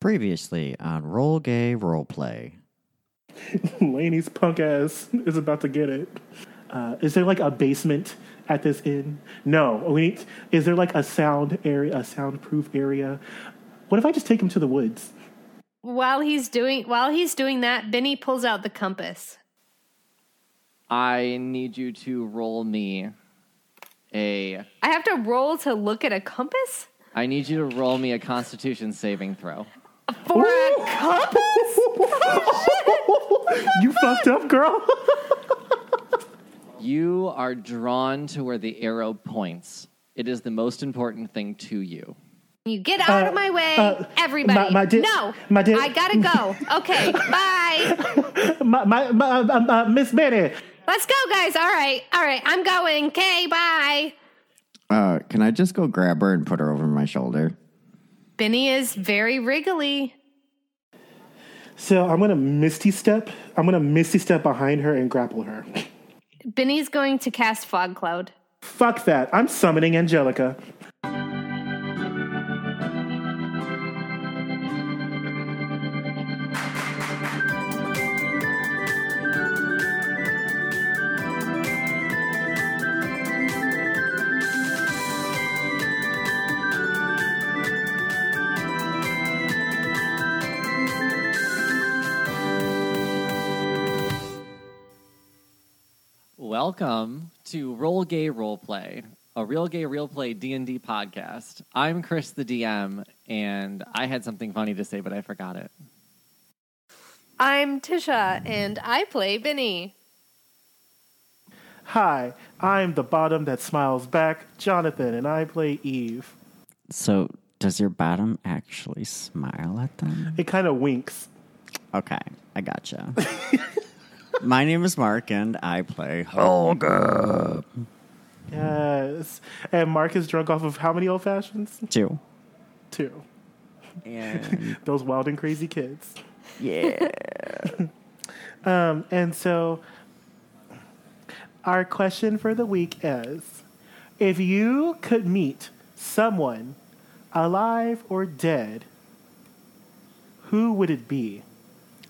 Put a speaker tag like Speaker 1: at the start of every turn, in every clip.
Speaker 1: Previously on Roll Gay Roleplay.
Speaker 2: Laney's punk ass is about to get it. Uh, is there like a basement at this inn? No. We need, is there like a sound area, a soundproof area? What if I just take him to the woods?
Speaker 3: While he's doing while he's doing that, Benny pulls out the compass.
Speaker 4: I need you to roll me a.
Speaker 3: I have to roll to look at a compass?
Speaker 4: I need you to roll me a Constitution saving throw.
Speaker 3: For a compass?
Speaker 2: You fucked up, girl.
Speaker 4: You are drawn to where the arrow points. It is the most important thing to you.
Speaker 3: You get out of my way,
Speaker 2: uh,
Speaker 3: everybody.
Speaker 2: my- my di-
Speaker 3: no,
Speaker 2: my di-
Speaker 3: I gotta go. Okay, bye.
Speaker 2: my, my, my, uh, uh, Miss Betty.
Speaker 3: Let's go, guys. All right, all right. I'm going. Okay, bye.
Speaker 1: Uh, can I just go grab her and put her over my shoulder?
Speaker 3: Benny is very wriggly.
Speaker 2: So I'm gonna misty step. I'm gonna misty step behind her and grapple her.
Speaker 3: Benny's going to cast fog cloud.
Speaker 2: Fuck that. I'm summoning Angelica.
Speaker 4: Welcome to Roll Gay Roleplay, a Real Gay Real Play D&D podcast. I'm Chris the DM, and I had something funny to say, but I forgot it.
Speaker 3: I'm Tisha, and I play Benny.
Speaker 2: Hi, I'm the bottom that smiles back, Jonathan, and I play Eve.
Speaker 1: So, does your bottom actually smile at them?
Speaker 2: It kind of winks.
Speaker 1: Okay, I gotcha. my name is Mark, and I play Holger.
Speaker 2: Yes. And Mark is drunk off of how many old fashions?
Speaker 1: Two.
Speaker 2: Two.
Speaker 1: And
Speaker 2: Those wild and crazy kids.
Speaker 1: yeah.
Speaker 2: Um, and so, our question for the week is if you could meet someone alive or dead, who would it be?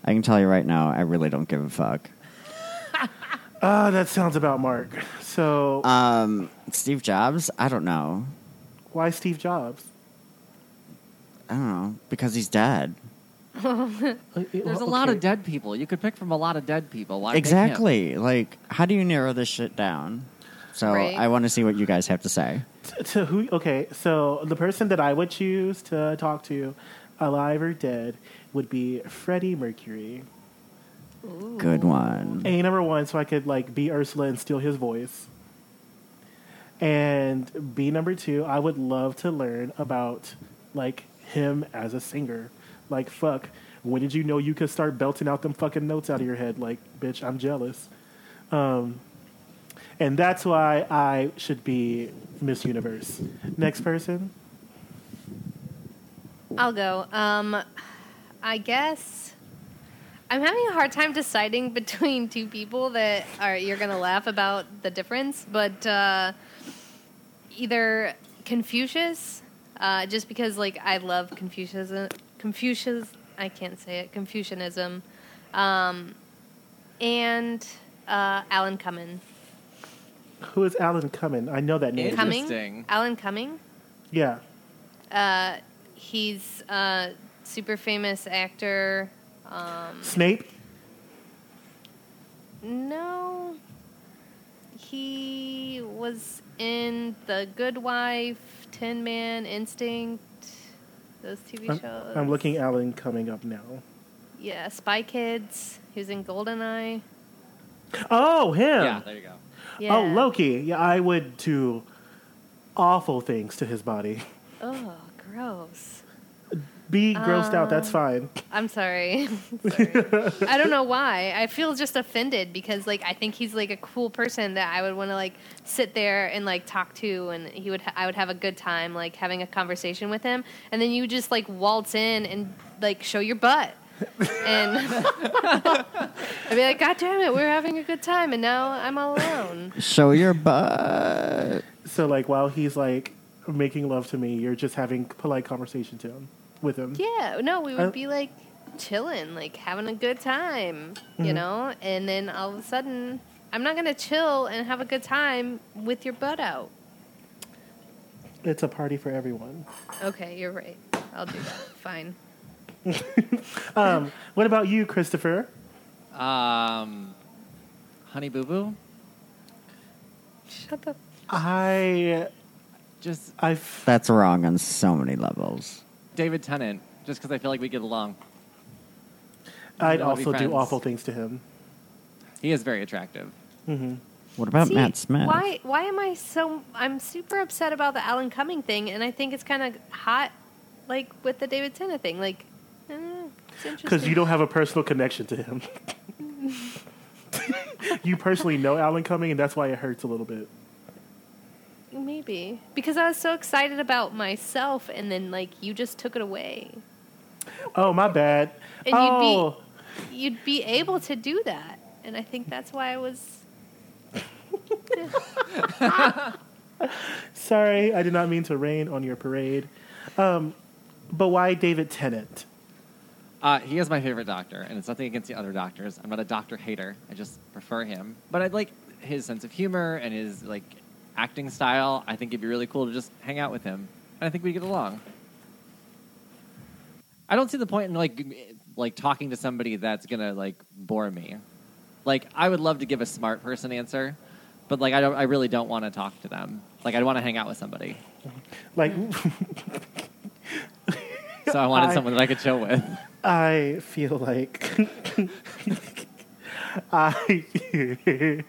Speaker 1: I can tell you right now, I really don't give a fuck.
Speaker 2: Ah, that sounds about Mark. So,
Speaker 1: Um, Steve Jobs? I don't know.
Speaker 2: why Steve Jobs?
Speaker 1: I don't know. Because he's dead.
Speaker 4: There's a lot of dead people. You could pick from a lot of dead people. Why pick him?
Speaker 1: exactly. Like, how do you narrow this shit down? So,
Speaker 3: Right.
Speaker 1: I want to see what you guys have to say.
Speaker 2: T- to who okay so the person that i would choose to talk to alive or dead would be freddie mercury
Speaker 1: Good one.
Speaker 2: a number one so i could like be ursula and steal his voice and b number two i would love to learn about like him as a singer like fuck when did you know you could start belting out them fucking notes out of your head like bitch i'm jealous um and that's why i should be miss universe next person
Speaker 3: I'll go. Um, I guess I'm having a hard time deciding between two people that are you're gonna laugh about the difference, but uh, either Confucius, uh, just because like I love Confucius, Confucius, I can't say it, Confucianism, um, and uh, Alan Cumming.
Speaker 2: Who is Alan Cumming? I know that name.
Speaker 3: Cumming,
Speaker 4: Cumming? Interesting.
Speaker 3: Alan Cumming.
Speaker 2: Yeah.
Speaker 3: Uh, he's a super famous actor. Um,
Speaker 2: Snape?
Speaker 3: No. He was in The Good Wife, Tin Man, Instinct, those TV
Speaker 2: I'm,
Speaker 3: shows.
Speaker 2: I'm looking Alan Cumming up now.
Speaker 3: Yeah, Spy Kids. He was in GoldenEye.
Speaker 2: Oh, him.
Speaker 4: Yeah, there you go.
Speaker 3: Yeah.
Speaker 2: Oh, Loki. Yeah, I would do awful things to his body.
Speaker 3: Oh, gross.
Speaker 2: Be grossed out. That's fine.
Speaker 3: I'm sorry. sorry. I don't know why. I feel just offended because like I think he's like a cool person that I would want to like sit there and like talk to and he would ha- I would have a good time like having a conversation with him and then you just like waltz in and like show your butt. and I'd be like, God damn it, we we're having a good time, and now I'm all alone.
Speaker 1: Show your butt.
Speaker 2: So, like, while he's like making love to me, you're just having polite conversation to him with him.
Speaker 3: Yeah, no, we
Speaker 2: I-
Speaker 3: would be like chilling, like having a good time, you know? And then all of a sudden, I'm not going to chill and have a good time with your butt out.
Speaker 2: It's a party for everyone.
Speaker 3: Okay, you're right. I'll do that. Fine.
Speaker 2: Um, what about you, Christopher?
Speaker 4: Um, Honey Boo Boo,
Speaker 3: Shut the.
Speaker 2: I
Speaker 4: just
Speaker 2: I've
Speaker 1: That's wrong on so many levels.
Speaker 4: David Tennant, just because I feel like we get along.
Speaker 2: I'd
Speaker 4: Wanna be
Speaker 2: also
Speaker 4: friends.
Speaker 2: do awful things to him.
Speaker 4: He is very attractive.
Speaker 1: What about
Speaker 3: See,
Speaker 1: Matt Smith?
Speaker 3: Why, why am I so. I'm super upset about the Alan Cumming thing, and I think it's kind of hot, like with the David Tennant thing. Like, I don't know. It's interesting.
Speaker 2: Because you don't have a personal connection to him. you personally know Alan Cumming, and that's why it hurts a little bit.
Speaker 3: Maybe. Because I was so excited about myself, and then, like, you just took it away.
Speaker 2: Oh, my bad.
Speaker 3: And you'd be-
Speaker 2: oh,
Speaker 3: you'd be able to do that. And I think that's why I was.
Speaker 2: sorry, I did not mean to rain on your parade. Um, but why David Tennant?
Speaker 4: Uh, he is my favorite doctor, and it's nothing against the other doctors. I'm not a doctor hater. I just prefer him. But I like his sense of humor and his like acting style. I think it'd be really cool to just hang out with him, and I think we get along. I don't see the point in like g- like talking to somebody that's gonna like bore me. Like I would love to give a smart person answer, but like I don't. I really don't want to talk to them. Like I'd want to hang out with somebody.
Speaker 2: Like,
Speaker 4: So I wanted
Speaker 2: I-
Speaker 4: someone that I could chill with.
Speaker 2: I feel like I.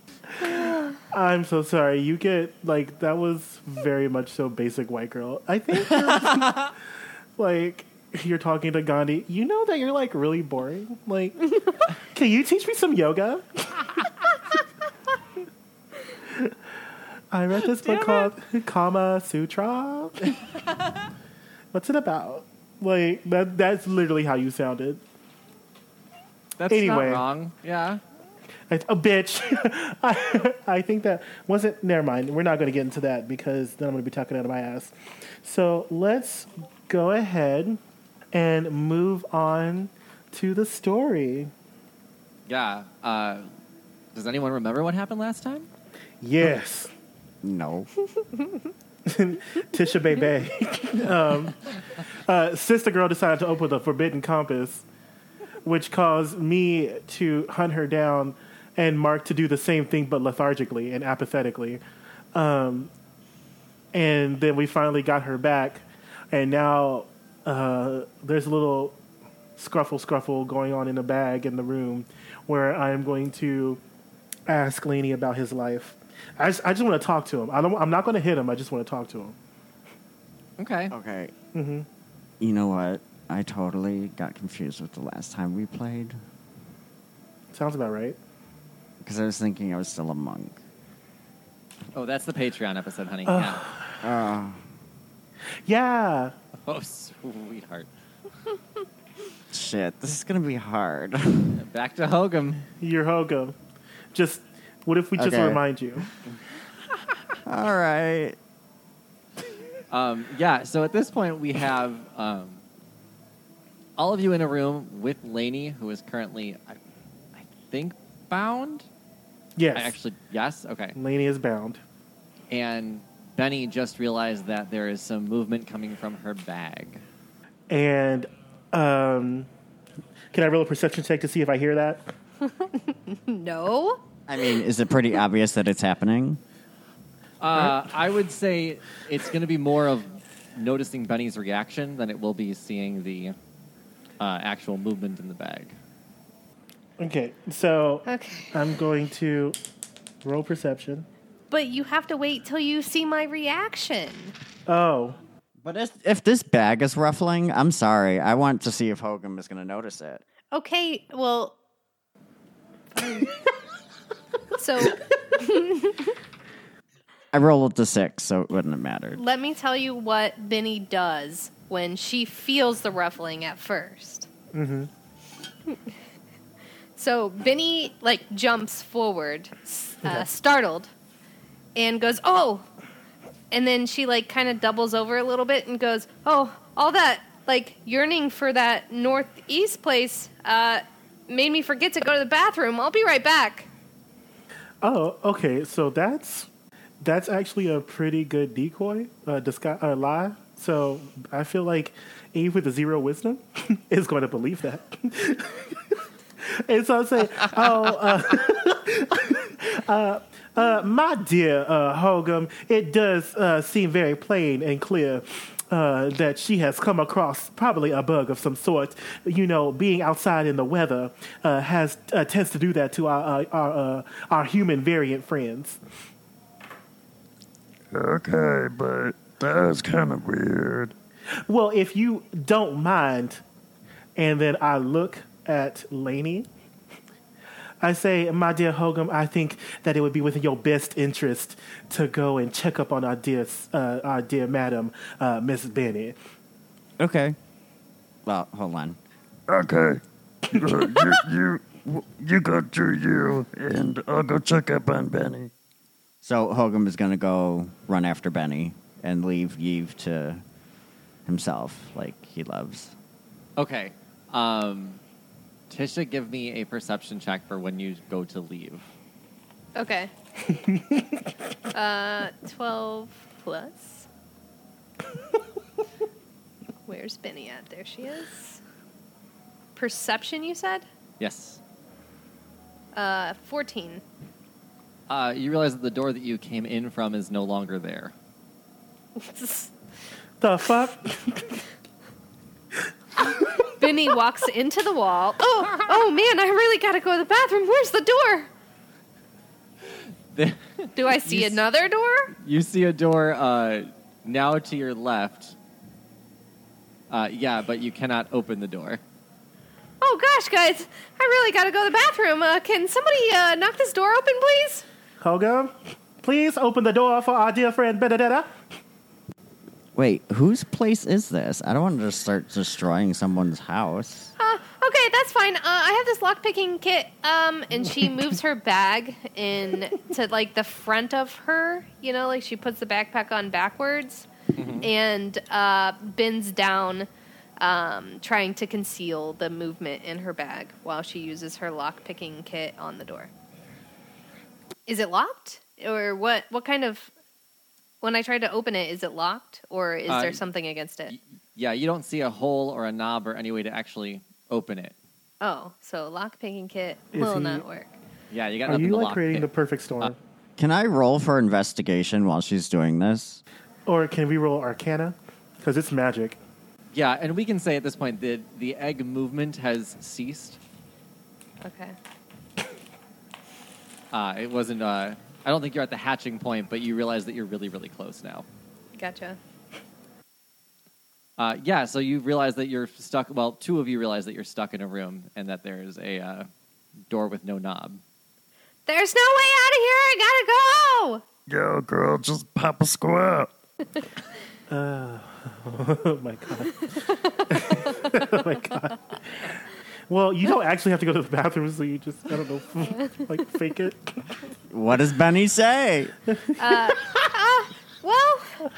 Speaker 2: I'm so sorry. You get like that was very much so basic white girl. I think you're- like you're talking to Gandhi. You know that you're like really boring. Like, can you teach me some yoga? I read this book called Kama Sutra. What's it about? Like that that's literally how you sounded.
Speaker 4: That's
Speaker 2: Anyway.
Speaker 4: not wrong. Yeah.
Speaker 2: It's a oh, bitch. I, I think that wasn't. Never mind. We're not going to get into that because then I'm going to be talking out of my ass. So let's go ahead and move on to the story.
Speaker 4: Yeah. Uh, does anyone remember what happened last time?
Speaker 2: Yes,
Speaker 1: No.
Speaker 2: Tisha Bebe. um, uh, sister girl decided to open the forbidden compass, which caused me to hunt her down and Mark to do the same thing but lethargically and apathetically. Um, and then we finally got her back, and now uh, there's a little scruffle scruffle going on in the bag in the room where I am going to ask Laney about his life. I just, I just want to talk to him. I don't, I'm not going to hit him. I just want to talk to him.
Speaker 4: Okay.
Speaker 1: Okay. Mm-hmm. You know what? I totally got confused with the last time we played
Speaker 2: Sounds about right.
Speaker 1: because I was thinking I was still a monk.
Speaker 4: Oh, that's the Patreon episode, honey. yeah.
Speaker 1: Uh,
Speaker 2: Yeah.
Speaker 4: Oh, sweetheart.
Speaker 1: shit, this is gonna be hard.
Speaker 4: Back to Hogan.
Speaker 2: You're Hogo. Just, what if we just
Speaker 1: Okay.
Speaker 2: remind you?
Speaker 1: All right.
Speaker 4: Um, yeah. So at this point, we have um, all of you in a room with Lainey, who is currently, I, I think, bound.
Speaker 2: Yes.
Speaker 4: I actually, yes. Okay.
Speaker 2: Laney is bound.
Speaker 4: And Benny just realized that there is some movement coming from her bag.
Speaker 2: And um, can I roll a perception check to see if I hear that?
Speaker 3: No?
Speaker 1: I mean, is it pretty obvious that it's happening?
Speaker 4: Uh, I would say it's going to be more of noticing Benny's reaction than it will be seeing the uh, actual movement in the bag.
Speaker 2: Okay. So
Speaker 3: Okay.
Speaker 2: I'm going to roll perception.
Speaker 3: But you have to wait till you see my reaction.
Speaker 2: Oh,
Speaker 1: But if, if this bag is ruffling, I'm sorry. I want to see if Hogan is gonna notice it.
Speaker 3: Okay, well. fine. so
Speaker 1: I rolled the six, so it wouldn't have mattered.
Speaker 3: let me tell you what Benny does when she feels the ruffling at 1st Mm-hmm. so Benny like jumps forward, s- uh, startled, and goes, "Oh!" And then she like kind of doubles over a little bit and goes, "Oh, all that like yearning for that northeast place uh, made me forget to go to the bathroom. I'll be right back.
Speaker 2: Oh, okay. So that's that's actually a pretty good decoy, uh, disguise, uh, lie. So I feel like Eve with a zero wisdom is going to believe that. and so I'll say, oh, uh, uh, uh, my dear uh, Hogum, it does uh, seem very plain and clear. Uh, that she has come across probably a bug of some sort. You know, being outside in the weather uh, has uh, tends to do that to our uh, our uh, our human variant friends.
Speaker 5: Okay, but that's kind of weird.
Speaker 2: Well, if you don't mind, and then I look at Laney, I say, My dear Hogum, I think that it would be within your best interest to go and check up on our dear, uh, our dear madam, uh, Miss Benny.
Speaker 1: Okay. Well, hold on.
Speaker 5: Okay, you, you you you go do you, and I'll go check up on Benny.
Speaker 1: So Hogan is going to go run after Benny and leave Yves to himself, like he loves.
Speaker 4: Okay. Um, Tisha, give me a perception check for when you go to leave.
Speaker 3: Okay. uh, 12 plus. Where's Benny at? There she is. Perception, you said?
Speaker 4: Yes.
Speaker 3: Uh, 14.
Speaker 4: Uh, you realize that the door that you came in from is no longer there.
Speaker 2: The fuck?
Speaker 3: Benny walks into the wall. Oh, oh man, I really gotta go to the bathroom. Where's the door?
Speaker 4: There-
Speaker 3: Do I see
Speaker 4: You s-
Speaker 3: another door?
Speaker 4: you see a door uh, now to your left. Uh, yeah, but you cannot open the door.
Speaker 3: Oh gosh, guys, I really gotta go to the bathroom. Uh, can somebody uh, knock this door open, please?
Speaker 2: Hogum, please open the door for our dear friend Benedetta.
Speaker 1: Wait, whose place is this? I don't want to just start destroying someone's house.
Speaker 3: Uh, okay, that's fine. Uh, I have this lockpicking kit. Um, and she moves her bag in to like the front of her. You know, like she puts the backpack on backwards
Speaker 2: Mm-hmm.
Speaker 3: and uh, bends down, um, trying to conceal the movement in her bag while she uses her lockpicking kit on the door. Is it locked, or what? What kind of? When I tried to open it, is it locked, or is
Speaker 4: Uh,
Speaker 3: there something against it?
Speaker 4: Yeah, you don't see a hole or a knob or any way to actually open it.
Speaker 3: Oh, so lockpicking kit
Speaker 2: Is
Speaker 3: will
Speaker 2: he-
Speaker 3: not work.
Speaker 4: Yeah, you got
Speaker 2: Are
Speaker 4: nothing
Speaker 2: you
Speaker 4: to
Speaker 2: like
Speaker 4: lock
Speaker 2: creating the
Speaker 4: pick.
Speaker 2: perfect storm?
Speaker 4: Uh,
Speaker 1: Can I roll for investigation while she's doing this?
Speaker 2: or can we roll Arcana? Because it's magic.
Speaker 4: Yeah, and we can say at this point that the egg movement has ceased.
Speaker 3: Okay.
Speaker 4: Uh, it wasn't. Uh, I don't think you're at the hatching point, but you realize that you're really, really close now.
Speaker 3: Gotcha.
Speaker 4: Uh, yeah, so you realize that you're stuck. Well, two of you realize that you're stuck in a room and that there's a uh, door with no knob.
Speaker 3: There's no way out of here. I gotta go.
Speaker 5: Yo, girl, just pop a squat.
Speaker 2: Oh my god. oh my god. Well, you don't actually have to go to the bathroom, so you just, I don't know, like fake it.
Speaker 1: What does Benny say?
Speaker 3: Well,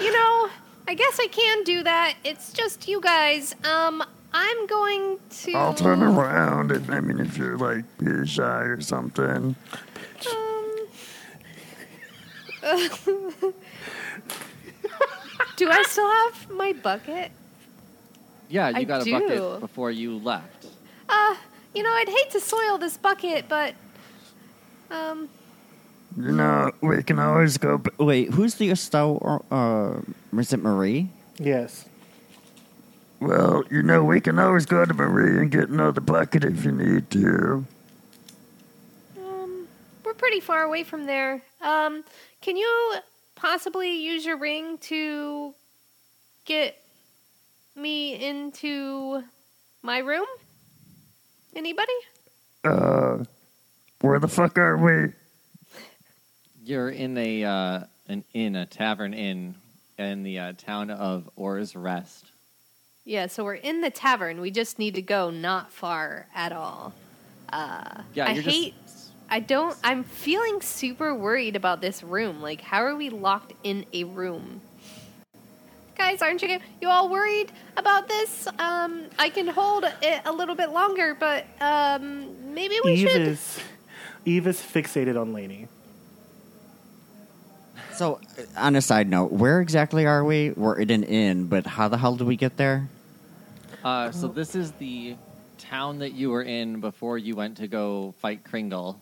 Speaker 3: you know, I guess I can do that. It's just you guys. Um, I'm going to.
Speaker 5: I'll turn around, and I mean, if you're like be shy or something.
Speaker 3: um, Do I still have my bucket?
Speaker 4: Yeah, you
Speaker 3: I
Speaker 4: got a
Speaker 3: do.
Speaker 4: bucket before you left.
Speaker 3: Uh, you know, I'd hate to soil this bucket, but um,
Speaker 5: You know, we can always go. b-
Speaker 1: Wait, who's the Estow? Uh, is it Marie?
Speaker 2: Yes.
Speaker 5: Well, you know, we can always go to Marie and get another bucket if you need to.
Speaker 3: um, we're pretty far away from there. Um, can you possibly use your ring to get me into my room? Anybody?
Speaker 5: Uh, where the fuck are we?
Speaker 4: You're in a uh, an inn, a tavern inn, in the uh, town of Orr's Rest.
Speaker 3: Yeah, so we're in the tavern. We just need to go not far at all. Uh,
Speaker 4: Yeah,
Speaker 3: I
Speaker 4: you're
Speaker 3: hate-
Speaker 4: just.
Speaker 3: I don't. I'm feeling super worried about this room. Like, how are we locked in a room? guys, aren't you you all worried about this? Um, I can hold it a little bit longer, but um, maybe we
Speaker 2: Eve
Speaker 3: should.
Speaker 2: is Eve is fixated on Lainey.
Speaker 1: So, uh, on a side note, where exactly are we? We're at an inn, but how the hell do we get there?
Speaker 4: Uh,
Speaker 3: Oh.
Speaker 4: so this is the town that you were in before you went to go fight Kringle,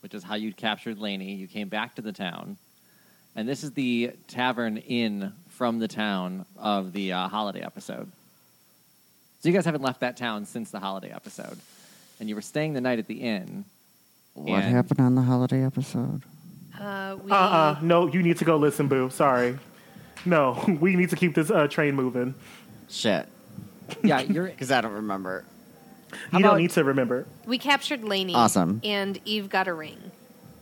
Speaker 4: which is how you captured Laney. You came back to the town, and this is the tavern inn from the town of the uh, holiday episode. So you guys haven't left that town since the holiday episode, and you were staying the night at the inn.
Speaker 1: What
Speaker 4: and-
Speaker 1: happened on the holiday episode?
Speaker 3: Uh, we,
Speaker 2: Uh uh
Speaker 4: Uh-uh.
Speaker 2: No, you need to go listen, Boo. Sorry. No, we need to keep this uh, train moving.
Speaker 1: Shit.
Speaker 4: Yeah, you're
Speaker 1: Because I don't remember.
Speaker 4: How
Speaker 2: you don't
Speaker 4: about-
Speaker 2: need to remember.
Speaker 3: we captured Lainey.
Speaker 1: Awesome.
Speaker 3: And Eve got a ring.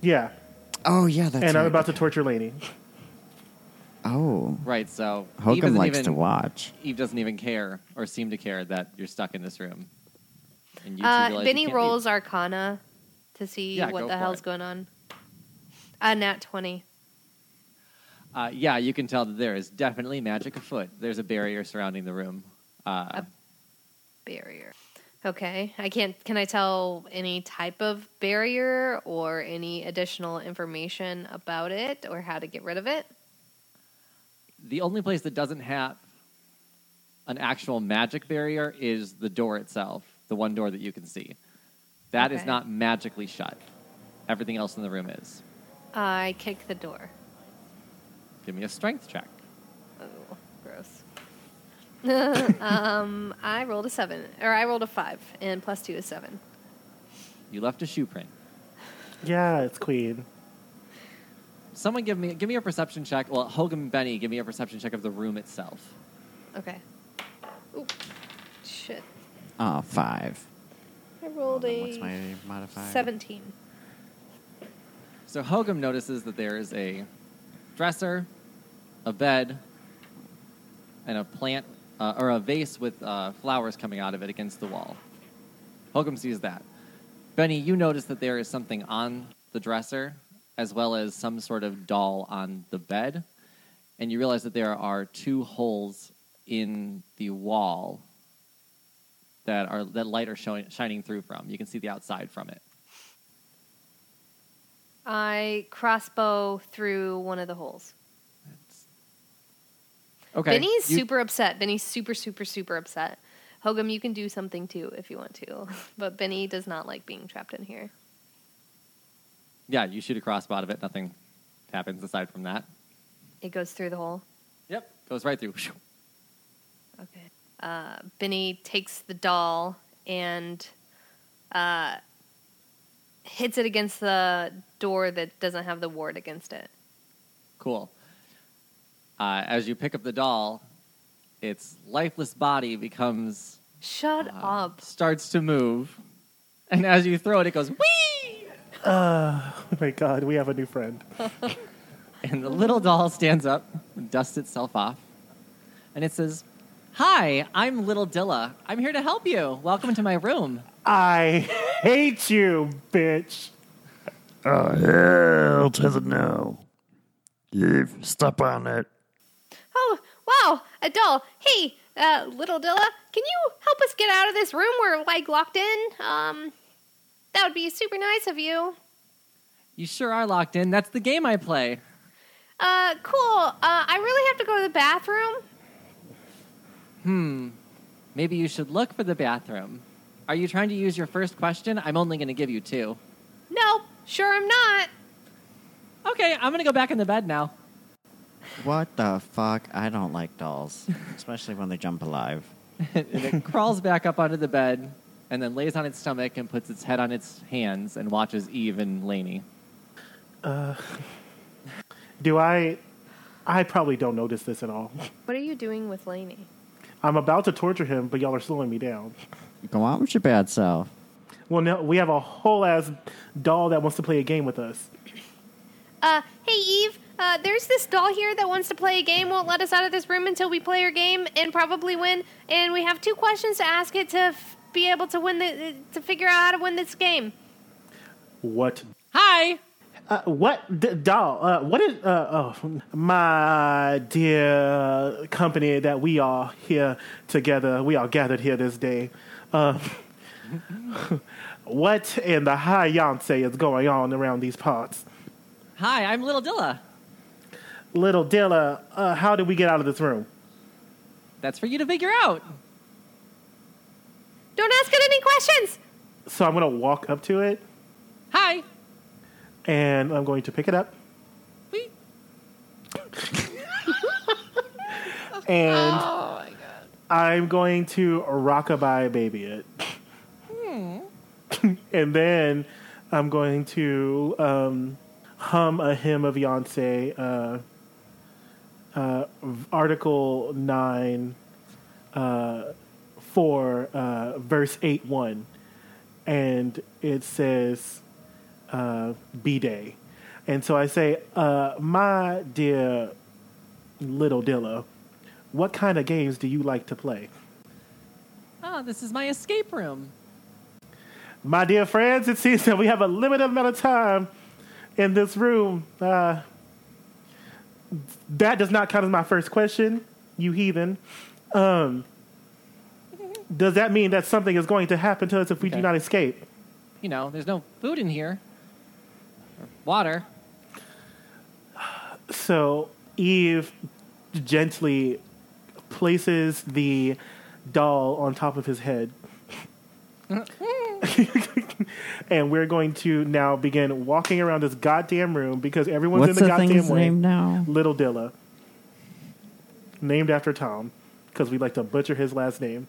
Speaker 2: Yeah.
Speaker 1: Oh, yeah, that's
Speaker 2: and
Speaker 1: right.
Speaker 2: I'm about to torture Lainey.
Speaker 1: Oh.
Speaker 4: right. So Eve
Speaker 1: Hokum
Speaker 4: doesn't
Speaker 1: likes
Speaker 4: even-
Speaker 1: to watch.
Speaker 4: Eve doesn't even care or seem to care that you're stuck in this room. And you two realize
Speaker 3: Uh,
Speaker 4: you
Speaker 3: Benny
Speaker 4: can't leave.
Speaker 3: rolls Arcana to see
Speaker 4: Yeah,
Speaker 3: what
Speaker 4: go
Speaker 3: the
Speaker 4: for
Speaker 3: hell's
Speaker 4: it.
Speaker 3: going on. Uh, nat 20.
Speaker 4: Uh, yeah, you can tell that there is definitely magic afoot. There's a barrier surrounding the room. Uh,
Speaker 3: barrier. Okay. I can't can I tell any type of barrier or any additional information about it or how to get rid of it?
Speaker 4: the only place that doesn't have an actual magic barrier is the door itself, the one door that you can see. That is
Speaker 3: Okay.
Speaker 4: not magically shut. Everything else in the room is.
Speaker 3: I kick the door.
Speaker 4: Give me a strength check.
Speaker 3: Oh, gross. um, I rolled a 7 or I rolled a 5 and plus 2 is 7.
Speaker 4: You left a shoe print.
Speaker 2: Yeah, it's Queen.
Speaker 4: Someone give me give me a perception check. Well, Hogan and Benny, give me a perception check of the room itself.
Speaker 3: Okay. Ooh. Shit.
Speaker 1: Oh, five.
Speaker 3: I rolled
Speaker 1: What's my
Speaker 3: a
Speaker 1: modifier?
Speaker 3: 17.
Speaker 4: So Hogum notices that there is a dresser, a bed, and a plant uh, or a vase with uh, flowers coming out of it against the wall. Hogum sees that. Benny, you notice that there is something on the dresser as well as some sort of doll on the bed, and you realize that there are two holes in the wall that are that light are showing, shining through from. You can see the outside from it.
Speaker 3: I crossbow through one of the holes.
Speaker 4: Okay.
Speaker 3: Benny's
Speaker 4: you-
Speaker 3: super upset. Benny's super, super, super upset. Hogum, you can do something too if you want to. But Benny does not like being trapped in here.
Speaker 4: Yeah, you shoot a crossbow out of it. Nothing happens aside from that.
Speaker 3: It goes through the hole.
Speaker 4: Yep. Goes right through.
Speaker 3: Okay. Uh, Benny takes the doll and uh, hits it against the door that doesn't have the ward against it.
Speaker 4: Cool. Uh, as you pick up the doll, its lifeless body becomes
Speaker 3: Shut
Speaker 4: uh,
Speaker 3: up.
Speaker 4: starts to move, and as you throw it, it goes wee,
Speaker 2: Uh, oh my God, we have a new friend.
Speaker 4: and the little doll stands up, dusts itself off, and it says, "Hi, I'm Little Dilla. I'm here to help you. Welcome to my room."
Speaker 2: I hate you, bitch.
Speaker 5: Oh, hell to the no. Eve, stop on it.
Speaker 3: Oh, wow, a doll. Hey, uh, little Dilla, can you help us get out of this room? We're like locked in. Um, that would be super nice of you.
Speaker 4: You sure are locked in. That's the game I play.
Speaker 3: Uh, cool. Uh, I really have to go to the bathroom.
Speaker 4: Hmm, Maybe you should look for the bathroom. Are you trying to use your first question? I'm only going to give you two.
Speaker 3: Nope, sure I'm not.
Speaker 4: Okay, I'm going to go back in the bed now.
Speaker 1: What the fuck? I don't like dolls, especially when they jump alive.
Speaker 4: and it crawls back up onto the bed and then lays on its stomach and puts its head on its hands and watches Eve and Laney.
Speaker 2: Uh, Do I? I probably don't notice this at all.
Speaker 3: What are you doing with Lainey?
Speaker 2: I'm about to torture him, but y'all are slowing me down.
Speaker 1: Go on with your bad self.
Speaker 2: Well, now we have a whole ass doll that wants to play a game with us.
Speaker 3: Uh, hey Eve, uh, there's this doll here that wants to play a game, won't let us out of this room until we play her game and probably win. And we have two questions to ask it to f- be uh, able to win the, to figure out how to win this game.
Speaker 2: What?
Speaker 4: Hi!
Speaker 2: Uh, what d- doll? Uh, what is? Uh, oh, my dear company that we are here together. We are gathered here this day. Uh, what in the high yonce is going on around these parts?
Speaker 4: Hi, I'm Little Dilla.
Speaker 2: Little Dilla, uh, how did we get out of this room?
Speaker 4: That's for you to figure out.
Speaker 3: Don't ask it any questions.
Speaker 2: So I'm gonna walk up to it
Speaker 4: Hi.
Speaker 2: and I'm going to pick it up
Speaker 4: Wee.
Speaker 2: and
Speaker 3: Oh my god.
Speaker 2: I'm going to rockabye baby it.
Speaker 3: Hmm.
Speaker 2: and then I'm going to um, hum a hymn of Beyonce, uh, uh, v- Article 9, uh, 4, uh, verse 8 1. And it says, uh, B Day. And so I say, uh, My dear little Dilla, what kind of games do you like to play?
Speaker 4: Ah, this is my escape room.
Speaker 2: My dear friends, it seems that we have a limited amount of time in this room. Uh, that does not count as my first question, you heathen. Um, does that mean that something is going to happen to us if we do
Speaker 4: Okay.
Speaker 2: not escape?
Speaker 4: You know, there's no food in here. Or water.
Speaker 2: So Eve gently places the doll on top of his head. and we're going to now begin walking around this goddamn room because everyone's
Speaker 1: What's
Speaker 2: in the,
Speaker 1: the
Speaker 2: goddamn
Speaker 1: thing's
Speaker 2: way.
Speaker 1: name now?
Speaker 2: Little Dilla, named after Tom, because we like to butcher his last name.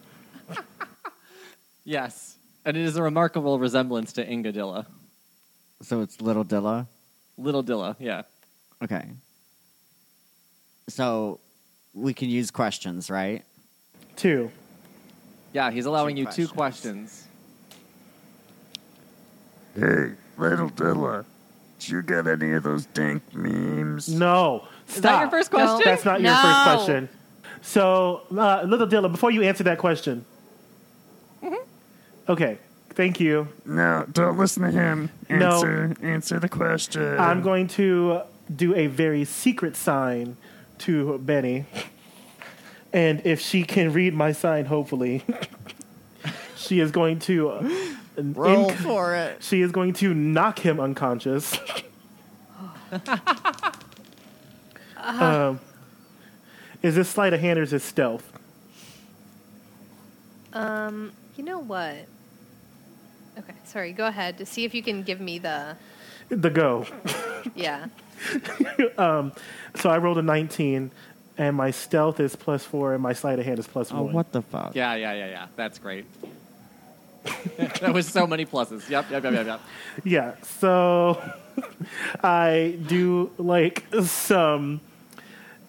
Speaker 4: Yes. And it is a remarkable resemblance to Inga Dilla.
Speaker 1: So it's Little Dilla.
Speaker 4: Little Dilla, yeah.
Speaker 1: Okay. So we can use questions, right?
Speaker 2: Two.
Speaker 4: Yeah, he's allowing
Speaker 1: Two
Speaker 4: you two
Speaker 1: questions.
Speaker 4: questions.
Speaker 5: Hey, little Dilla, do you got any of those dank memes?
Speaker 2: No. Stop.
Speaker 4: Is that your first question?
Speaker 3: No.
Speaker 2: That's not your first
Speaker 3: No.
Speaker 2: question. So, uh, Little Dilla, before you answer that question.
Speaker 4: Mm-hmm.
Speaker 2: Okay. Thank you.
Speaker 5: No, don't listen to him.
Speaker 2: No.
Speaker 5: Answer, answer the question.
Speaker 2: I'm
Speaker 1: Um,
Speaker 2: going to do a very secret sign to Benny. And if she can read my sign, hopefully, she is going to. uh,
Speaker 1: Roll
Speaker 2: inc-
Speaker 1: for it.
Speaker 2: She is going to knock him unconscious.
Speaker 1: Uh-huh.
Speaker 2: um, is this sleight of hand or is this stealth?
Speaker 3: Um, you know what? Okay, sorry. Go ahead to see if you can give me the
Speaker 2: The go.
Speaker 3: yeah.
Speaker 2: So I rolled a 19, and my stealth is plus four, and my sleight of hand is plus
Speaker 1: Oh,
Speaker 2: one.
Speaker 1: what the fuck?
Speaker 4: Yeah, yeah, yeah, yeah. That's great. that was so many pluses. Yep, yep, yep, yep, yep.
Speaker 2: Yeah, so I do like some.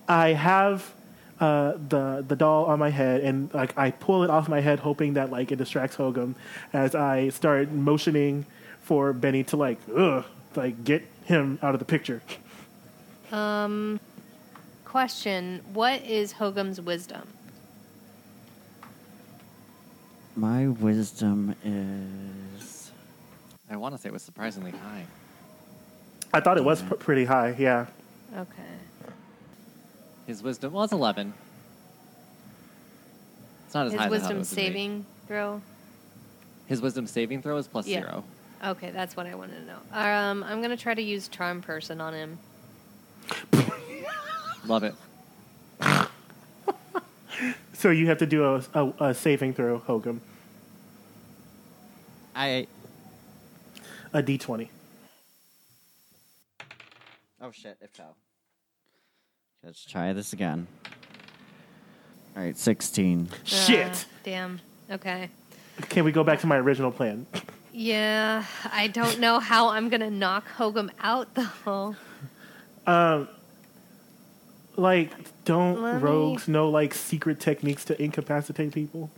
Speaker 2: I have uh, the the doll on my head, and like I pull it off my head, hoping that like it distracts Hogum, as I start motioning for Benny to like ugh, like get him out of the picture.
Speaker 3: Um, question: What is Hogum's wisdom?
Speaker 1: My wisdom is.
Speaker 4: I want to say it was surprisingly high.
Speaker 2: I thought it was pr- pretty high. Yeah,
Speaker 3: Okay.
Speaker 4: His wisdom was 11. It's not as
Speaker 3: His
Speaker 4: high as I thought it
Speaker 3: wisdom
Speaker 4: was gonna be.
Speaker 3: saving throw.
Speaker 4: His wisdom saving throw is plus
Speaker 3: Yeah.
Speaker 4: zero.
Speaker 3: Okay, that's what I wanted to know. Um, I'm gonna try to use charm person on him.
Speaker 4: Love it.
Speaker 2: so you have to do a, a, a saving throw, Hogum,
Speaker 1: I.
Speaker 2: a D twenty.
Speaker 1: Oh shit! It fell. Let's try this again. All right, sixteen.
Speaker 2: Shit!
Speaker 3: Ah, damn. Okay.
Speaker 2: Can we go back to my original plan?
Speaker 3: Yeah, I don't know how I'm gonna knock Hogum out though.
Speaker 2: Like, don't
Speaker 3: Let me-
Speaker 2: rogues know like secret techniques to incapacitate people?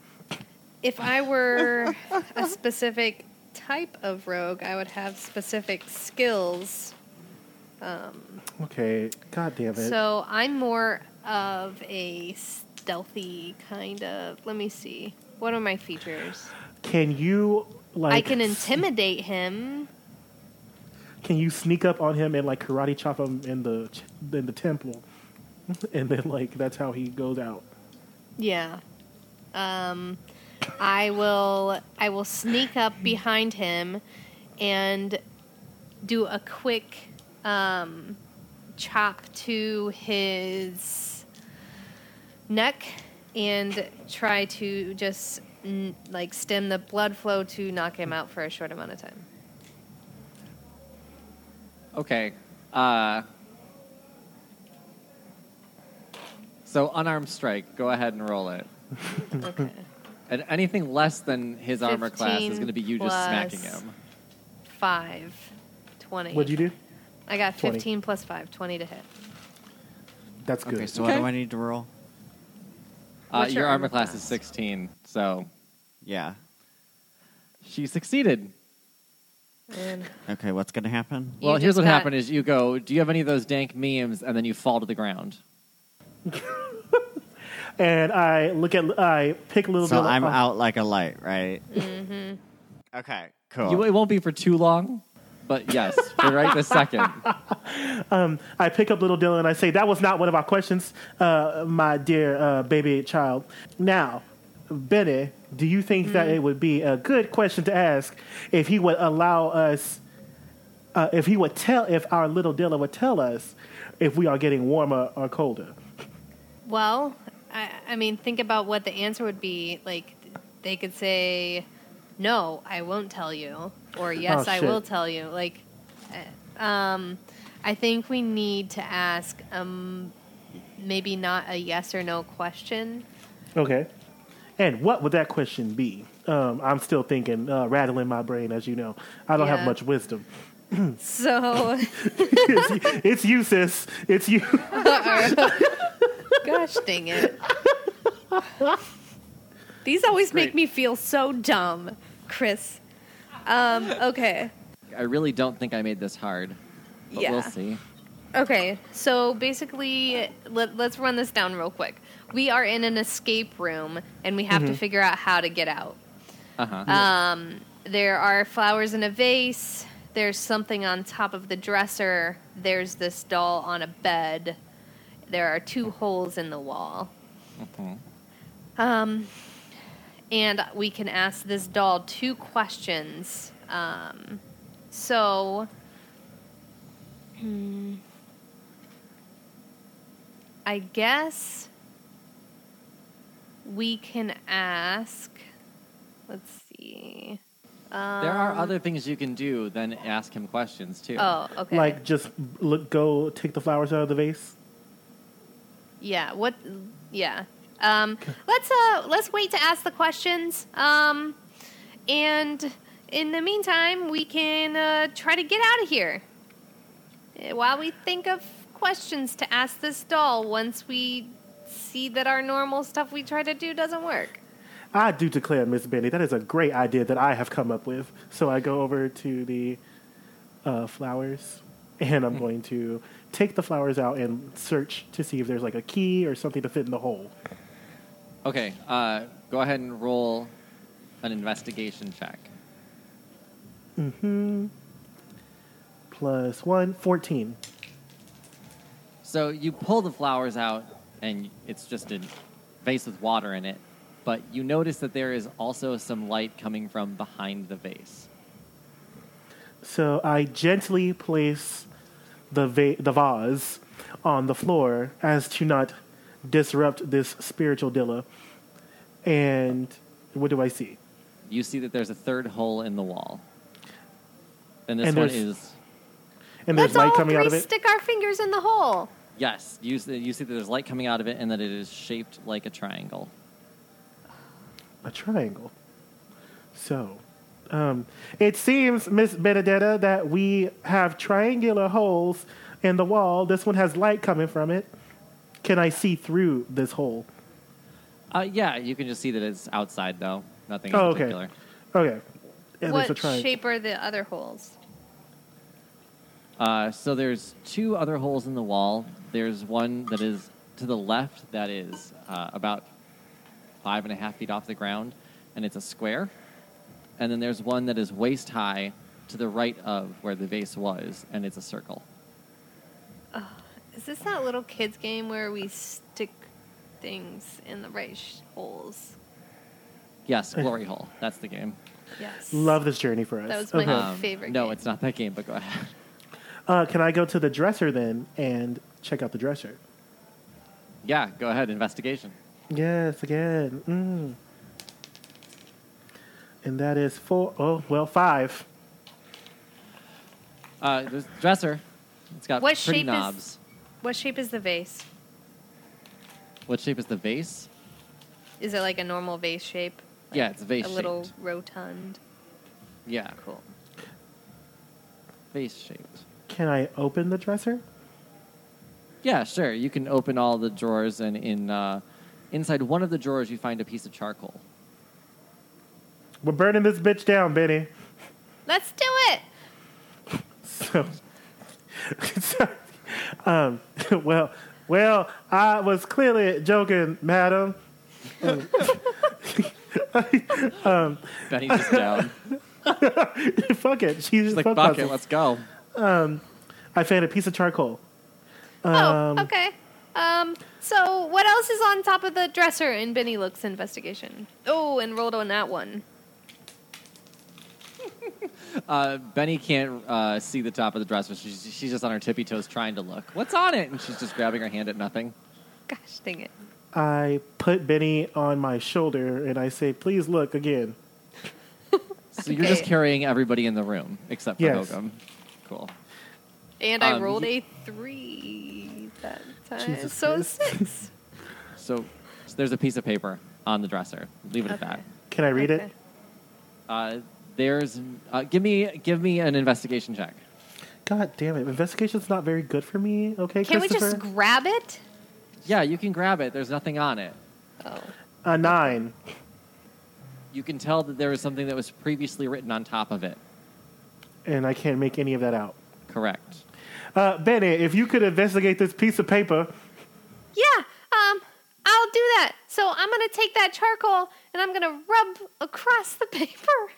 Speaker 3: If I were a specific type of rogue, I would have specific skills.
Speaker 2: Okay, god damn it.
Speaker 3: So I'm more of a stealthy kind of. Let me see. What are my features?
Speaker 2: can you like?
Speaker 3: I can intimidate him.
Speaker 2: can you sneak up on him and like karate chop him in the ch- in the temple, and then like that's how he goes out.
Speaker 3: Yeah. Um, I will. I will sneak up behind him, and do a quick um, chop to his neck, and try to just n- like stem the blood flow to knock him out for a short amount of time.
Speaker 4: Okay. Uh, so unarmed strike. Go ahead and roll it.
Speaker 2: Mm-hmm.
Speaker 3: Okay.
Speaker 4: And anything less than his armor class is
Speaker 3: 15
Speaker 4: going to be you just smacking
Speaker 3: plus-
Speaker 4: him.
Speaker 3: Five. 20.
Speaker 2: What'd you do?
Speaker 3: I got
Speaker 2: 20.
Speaker 3: 15 plus 5, 20 to hit.
Speaker 2: That's good.
Speaker 1: Okay, so
Speaker 4: Okay.
Speaker 1: what do I need to roll?
Speaker 4: Uh,
Speaker 3: What's
Speaker 4: your armor class is 16, so
Speaker 1: Yeah.
Speaker 4: she succeeded.
Speaker 3: And
Speaker 1: Okay, what's going to happen?
Speaker 3: You
Speaker 4: well, here's
Speaker 3: just
Speaker 4: what
Speaker 3: got-
Speaker 4: happened: is you go, do you have any of those dank memes, and then you fall to the ground.
Speaker 2: And I look at I pick a little
Speaker 1: So
Speaker 2: bit.
Speaker 1: I'm
Speaker 2: off-
Speaker 1: out like a light, right? Mm-hmm. Okay, cool.
Speaker 4: You, it won't be for too long, but yes, for right this second.
Speaker 2: I pick up little Dylan and I say, "That was not one of our questions, uh, my dear uh, baby child." Now, Benny, do you think that it would be a good question to ask if he would allow us, uh, if he would tell, if our little Dylan would tell us if we are getting warmer or colder?
Speaker 3: Well, I, I mean, think about what the answer would be. Like, they could say, "No, I won't tell you," or "Yes,
Speaker 2: Oh,
Speaker 3: I
Speaker 2: shit.
Speaker 3: will tell you." Like, eh, um, I think we need to ask, um, maybe not a yes or no question.
Speaker 2: Okay. And what would that question be? Um, I'm still thinking, uh, rattling my brain, as you know. I don't have
Speaker 3: Yeah.
Speaker 2: much wisdom.
Speaker 3: So,
Speaker 2: it's, it's you, sis. It's you.
Speaker 3: gosh dang it! These always make me feel so dumb, Chris. Um, okay.
Speaker 4: I really don't think I made this hard, but
Speaker 3: Yeah.
Speaker 4: we'll see.
Speaker 3: Okay, so basically, let, let's run this down real quick. We are in an escape room, and we have to figure out how to get out.
Speaker 4: Uh huh.
Speaker 3: Um, there are flowers in a vase. There's something on top of the dresser. There's this doll on a bed. There are two holes in the wall. Um, and we can ask this doll two questions. Um, so, hmm, I guess we can ask. Let's see. Um,
Speaker 4: there are other things you can do than ask him questions too.
Speaker 3: Oh, okay.
Speaker 2: Like, just look, go take the flowers out of the vase.
Speaker 3: yeah. What? Yeah. Um, let's uh, let's wait to ask the questions. Um, and in the meantime, we can uh, try to get out of here Uh, while we think of questions to ask this doll. Once we see that our normal stuff we try to do doesn't work.
Speaker 2: I do declare, Miss Benny, that is a great idea that I have come up with. So I go over to the uh, flowers, and I'm going to take the flowers out and search to see if there's like a key or something to fit in the hole.
Speaker 4: Okay, uh, go ahead and roll an investigation check.
Speaker 2: Plus one, 14.
Speaker 4: So you pull the flowers out, and it's just a vase with water in it. But you notice that there is also some light coming from behind the vase.
Speaker 2: So I gently place the, va- the vase on the floor as to not disrupt this spiritual dilla. And what do I see?
Speaker 4: You see that there's a third hole in the wall. And this
Speaker 2: And
Speaker 4: one
Speaker 2: there's-
Speaker 4: is
Speaker 2: And
Speaker 3: Let's
Speaker 2: there's light
Speaker 3: all
Speaker 2: coming
Speaker 3: three
Speaker 2: out of it.
Speaker 3: stick our fingers in the hole.
Speaker 4: yes. You see, you see that there's light coming out of it, and that it is shaped like a triangle.
Speaker 2: a triangle. So, um, it seems, Miss Benedetta, that we have triangular holes in the wall. This one has light coming from it. Can I see through this hole?
Speaker 4: Uh, yeah, you can just see that it's outside though. Nothing in
Speaker 2: Oh, okay.
Speaker 4: particular.
Speaker 2: Okay. And it's a
Speaker 3: what
Speaker 2: triangle.
Speaker 3: shape are the other holes?
Speaker 4: Uh, so there's two other holes in the wall. There's one that is to the left that is uh, about five and a half feet off the ground, and it's a square. And then there's one that is waist high to the right of where the vase was, and it's a circle.
Speaker 3: Is this that little kids game where we stick things in the right sh- holes?
Speaker 4: Yes, glory hole. That's the game.
Speaker 3: Yes.
Speaker 2: Love this journey for us.
Speaker 3: That was my
Speaker 2: okay.
Speaker 3: Um, favorite
Speaker 4: No,
Speaker 3: game.
Speaker 4: it's not that game. But go ahead.
Speaker 2: uh, can I go to the dresser then and check out the dresser?
Speaker 4: Yeah, go ahead. Investigation.
Speaker 2: Yes, again. Mm. And that is four, oh, well, five.
Speaker 4: Uh, there's a dresser. It's got
Speaker 3: What
Speaker 4: pretty
Speaker 3: shape is-
Speaker 4: knobs.
Speaker 3: What shape is the vase?
Speaker 4: What shape is the vase?
Speaker 3: Is it like a normal vase shape? Like
Speaker 4: Yeah, it's
Speaker 3: A
Speaker 4: vase-shaped.
Speaker 3: little rotund.
Speaker 4: Yeah,
Speaker 3: Cool.
Speaker 4: vase shaped.
Speaker 2: Can I open the dresser?
Speaker 4: Yeah, sure. You can open all the drawers, and in uh, inside one of the drawers, you find a piece of charcoal.
Speaker 2: We're burning this bitch down, Benny.
Speaker 3: Let's do it.
Speaker 2: So, so, um, well, well, I was clearly joking, madam.
Speaker 4: Benny's just down.
Speaker 2: Fuck it. She's
Speaker 4: She's
Speaker 2: just
Speaker 4: like,
Speaker 2: fuck
Speaker 4: "Fuck it,
Speaker 2: puzzle.
Speaker 4: let's go."
Speaker 2: I found a piece of charcoal.
Speaker 3: oh, okay. Um, so what else is on top of the dresser in Benny Look's investigation? Oh, and rolled on that one.
Speaker 4: Uh, Benny can't uh, see the top of the dresser. She's, she's just on her tippy toes trying to look. What's on it? And she's just grabbing her hand at nothing.
Speaker 3: Gosh dang it.
Speaker 2: I put Benny on my shoulder and I say, please look again.
Speaker 4: So you're just
Speaker 3: Okay.
Speaker 4: carrying everybody in the room except for
Speaker 2: Yes.
Speaker 4: Hogum. Cool.
Speaker 3: And I
Speaker 4: Um,
Speaker 3: rolled
Speaker 4: you-
Speaker 3: a three that time.
Speaker 2: Jesus
Speaker 3: so
Speaker 2: Christ.
Speaker 3: six.
Speaker 4: So, so there's a piece of paper on the dresser. Leave it
Speaker 3: Okay.
Speaker 4: at that.
Speaker 2: Can I read
Speaker 3: Okay.
Speaker 2: it?
Speaker 4: Uh, there's uh, give me give me an investigation check.
Speaker 2: God damn it. Investigation's not very good for me. Okay,
Speaker 3: Can we
Speaker 2: Christopher?
Speaker 3: just grab it?
Speaker 4: Yeah, you can grab it. There's nothing on it.
Speaker 3: Oh.
Speaker 2: a nine.
Speaker 4: You can tell that there was something that was previously written on top of it.
Speaker 2: And I can't make any of that out.
Speaker 4: Correct.
Speaker 2: Uh, Benny, if you could investigate this piece of paper,
Speaker 3: Yeah, um, I'll do that. So I'm gonna take that charcoal and I'm gonna rub across the paper.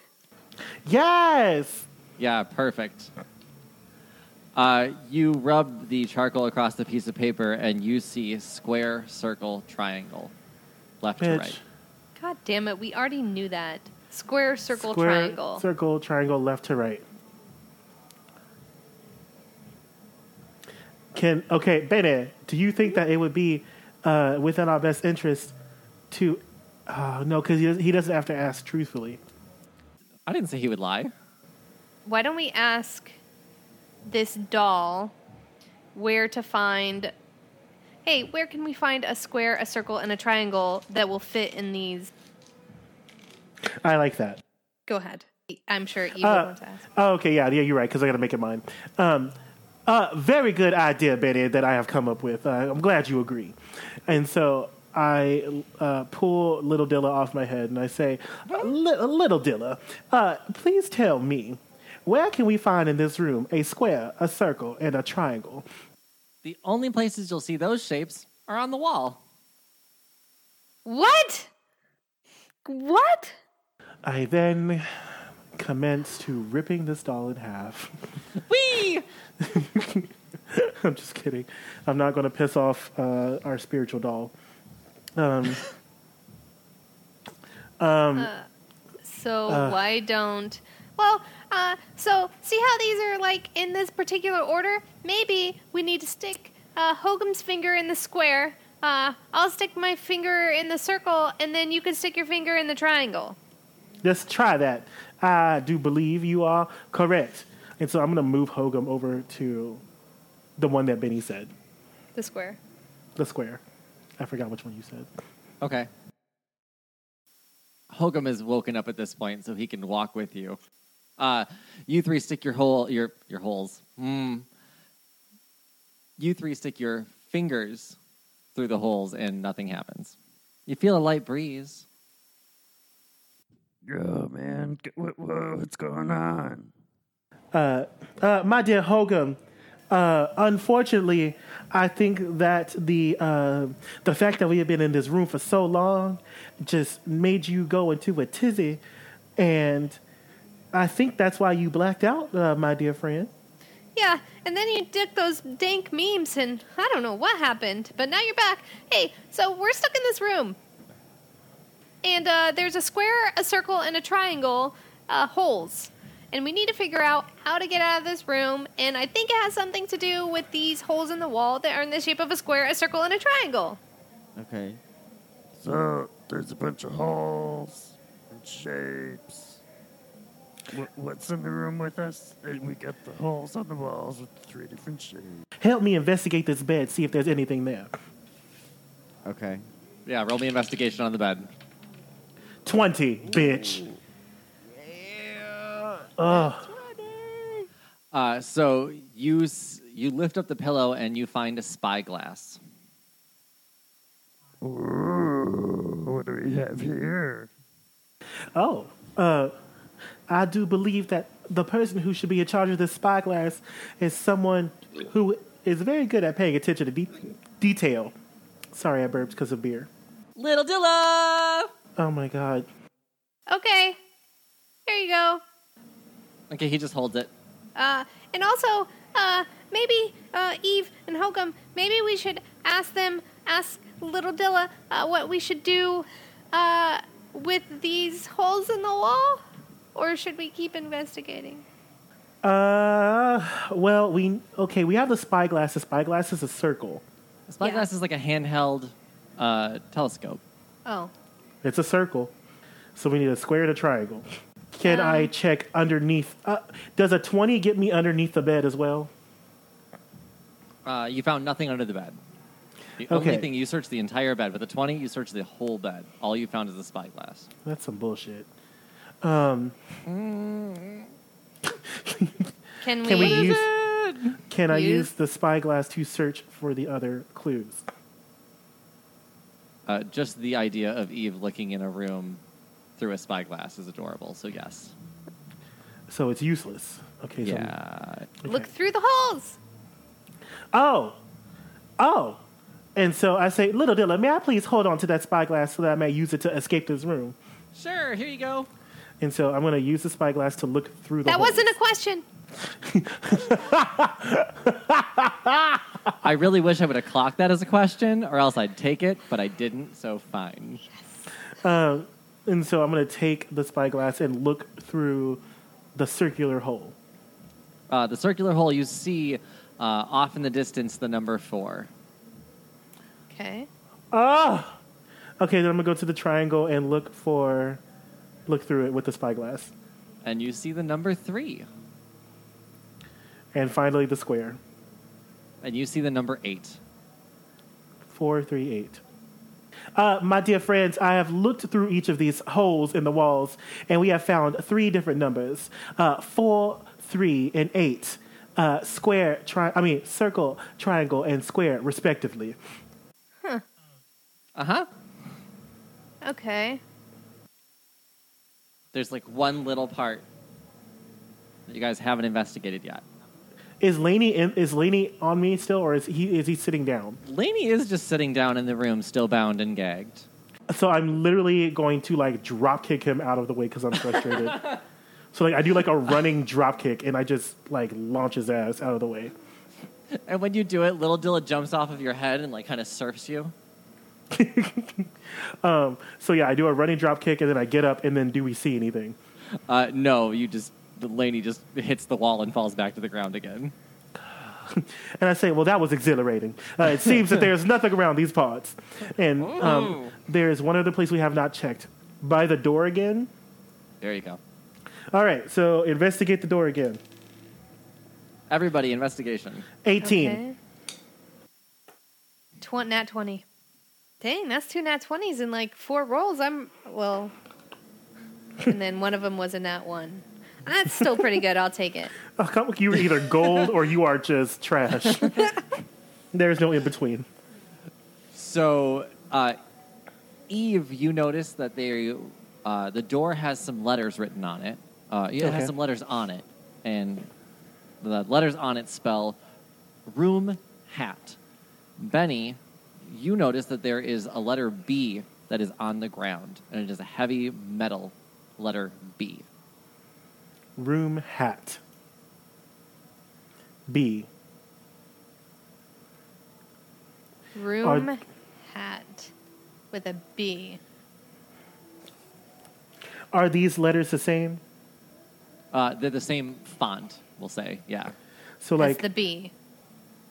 Speaker 2: yes!
Speaker 4: Yeah, perfect. Uh, you rub the charcoal across the piece of paper, and you see square, circle, triangle, left to
Speaker 2: Bitch.
Speaker 4: right.
Speaker 3: God damn it, we already knew that. Square, circle,
Speaker 2: Square,
Speaker 3: triangle.
Speaker 2: Circle, triangle, left to right. Can okay, Benny? Do you think that it would be uh, within our best interest to? Uh, no, because he, does- he doesn't have to ask truthfully.
Speaker 4: I didn't say he would lie.
Speaker 3: Why don't we ask this doll where to find? Hey, where can we find a square, a circle, and a triangle that will fit in these?
Speaker 2: I like that.
Speaker 3: Go ahead. I'm sure you
Speaker 2: Uh,
Speaker 3: would want to ask.
Speaker 2: Oh, okay, yeah, yeah, you're right. Because I got to make it mine. Um, uh, very good idea, Benny, that I have come up with. Uh, I'm glad you agree. And so I uh, pull Little Dilla off my head and I say, "Li- Little Dilla, uh, please tell me, where can we find in this room a square, a circle, and a triangle?
Speaker 4: The only places you'll see those shapes are on the wall.
Speaker 3: What? What?
Speaker 2: I then commence to ripping this doll in half.
Speaker 4: Whee!
Speaker 2: I'm just kidding. I'm not going to piss off uh, our spiritual doll. Um,
Speaker 3: So
Speaker 2: Uh.
Speaker 3: why don't? Well, uh, so see how these are like in this particular order. Maybe we need to stick uh, Hogan's finger in the square. Uh, I'll stick my finger in the circle, and then you can stick your finger in the triangle.
Speaker 2: Let's try that. I do believe you are correct. And so I'm going to move Hogum over to the one that Benny said,
Speaker 3: The square.
Speaker 2: the square. I forgot which one you said.
Speaker 4: Okay. Hogum is woken up at this point, so he can walk with you. Uh, you three stick your hole, your your holes. Mm. You three stick your fingers through the holes, and nothing happens. You feel a light breeze.
Speaker 5: Oh, man. G- wha- wha- What's going on?
Speaker 2: Uh, my dear Hogum, uh, unfortunately, I think that the uh, the fact that we have been in this room for so long just made you go into a tizzy, and I think that's why you blacked out, uh, my dear friend.
Speaker 3: Yeah, and then you took those dank memes, and I don't know what happened, but now you're back. Hey, so we're stuck in this room. And uh, there's a square, a circle, and a triangle uh, holes. And we need to figure out how to get out of this room. And I think it has something to do with these holes in the wall that are in the shape of a square, a circle, and a triangle.
Speaker 1: Okay.
Speaker 5: So there's a bunch of holes and shapes. What, what's in the room with us? And we got the holes on the walls with the three different shapes.
Speaker 2: Help me investigate this bed, see if there's anything there.
Speaker 1: Okay.
Speaker 4: Yeah, roll me investigation on the bed.
Speaker 2: 20, bitch. Ugh.
Speaker 4: Uh, so you s- you lift up the pillow and you find a spyglass.
Speaker 5: Ooh, what do we have here?
Speaker 2: Oh, uh, I do believe that the person who should be in charge of this spyglass is someone who is very good at paying attention to de- detail. Sorry, I burped because of beer.
Speaker 6: Little Dilla!
Speaker 2: Oh my god.
Speaker 3: Okay, here you go.
Speaker 4: Okay, he just holds it.
Speaker 3: Uh, and also, uh, maybe uh, Eve and Hokum, maybe we should ask them, ask Little Dilla, uh, what we should do uh, with these holes in the wall, or should we keep investigating?
Speaker 2: Uh, well, we okay. We have the spyglass. The spyglass is a circle.
Speaker 4: A spyglass is like a handheld uh, telescope.
Speaker 3: Oh,
Speaker 2: It's a circle, so we need a square and a triangle. Can
Speaker 3: Um,
Speaker 2: I check underneath? Uh, does a twenty get me underneath the bed as well?
Speaker 4: Uh, you found nothing under the bed. The
Speaker 2: Okay.
Speaker 4: only thing you searched the entire bed with a twenty, you searched the whole bed. All you found is the spyglass.
Speaker 2: That's some bullshit. Um,
Speaker 3: can we?
Speaker 2: Can we use? Can I
Speaker 3: Use-
Speaker 2: use the spyglass to search for the other clues?
Speaker 4: Uh, just the idea of Eve looking in a room through a spyglass is adorable. So yes,
Speaker 2: So it's useless. Okay. so-
Speaker 4: yeah.
Speaker 2: okay.
Speaker 3: look through the holes?
Speaker 2: Oh, oh, and so I say, little Dilla, may I please hold on to that spyglass so that I may use it to escape this room?
Speaker 4: Sure, here you go.
Speaker 2: And so I'm going to use the spyglass to look through the.
Speaker 3: That
Speaker 2: holes.
Speaker 3: wasn't a question.
Speaker 4: I really wish I would have clocked that as a question, or else I'd take it, but I didn't. So fine.
Speaker 2: Uh, And so I'm going to take the spyglass and look through the circular hole.
Speaker 4: Uh, the circular hole you see uh, off in the distance the number four.
Speaker 3: Okay.
Speaker 2: Ah. Okay, then I'm going to go to the triangle and look for, look through it with the spyglass,
Speaker 4: And you see the number three.
Speaker 2: and finally the square.
Speaker 4: And you see the number eight.
Speaker 2: Four, three, eight. Uh, my dear friends, I have looked through each of these holes in the walls, and we have found three different numbers: uh, four, three, and eight. Uh, square, tri- I mean, circle, triangle, and square, respectively.
Speaker 4: Uh huh.
Speaker 3: Okay.
Speaker 4: There's like one little part that you guys haven't investigated yet.
Speaker 2: Is Laney in, is Laney on me still, or is he is he sitting down?
Speaker 4: Lainey is just sitting down in the room, still bound and gagged.
Speaker 2: So I'm literally going to like drop kick him out of the way because I'm frustrated. so like I do like a running drop kick and I just like launch his ass out of the way.
Speaker 4: And when you do it, little Dilla jumps off of your head and like kind of surfs you.
Speaker 2: Um, So yeah, I do a running drop kick and then I get up and then do we see anything?
Speaker 4: Uh, no, you just Lainey just hits the wall and falls back to the ground again.
Speaker 2: And I say, well, that was exhilarating. Uh, it seems that there's nothing around these pods, and um,
Speaker 4: Ooh.
Speaker 2: there is one other place we have not checked by the door again.
Speaker 4: There you go.
Speaker 2: All right, so investigate the door again.
Speaker 4: Everybody, investigation.
Speaker 2: 18.
Speaker 3: Okay. Tw- nat 20. Dang, that's two nat 20s in like four rolls. I'm, well, and then one of them was a nat 1. That's still pretty good. I'll take it.
Speaker 2: Oh, come- You are either gold or you are just trash. There's no in between.
Speaker 4: So, uh, Eve, you notice that they, uh, the door has some letters written on it. Uh, yeah, It
Speaker 2: Okay.
Speaker 4: has some letters on it, and the letters on it spell room hat. Benny, you notice that there is a letter B that is on the ground, and it is a heavy metal letter B.
Speaker 2: room hat. B.
Speaker 3: Room hat with a B.
Speaker 2: Are these letters the same?
Speaker 4: Uh, they're the same font, we'll say. Yeah.
Speaker 2: So
Speaker 3: That's
Speaker 2: like
Speaker 3: the B.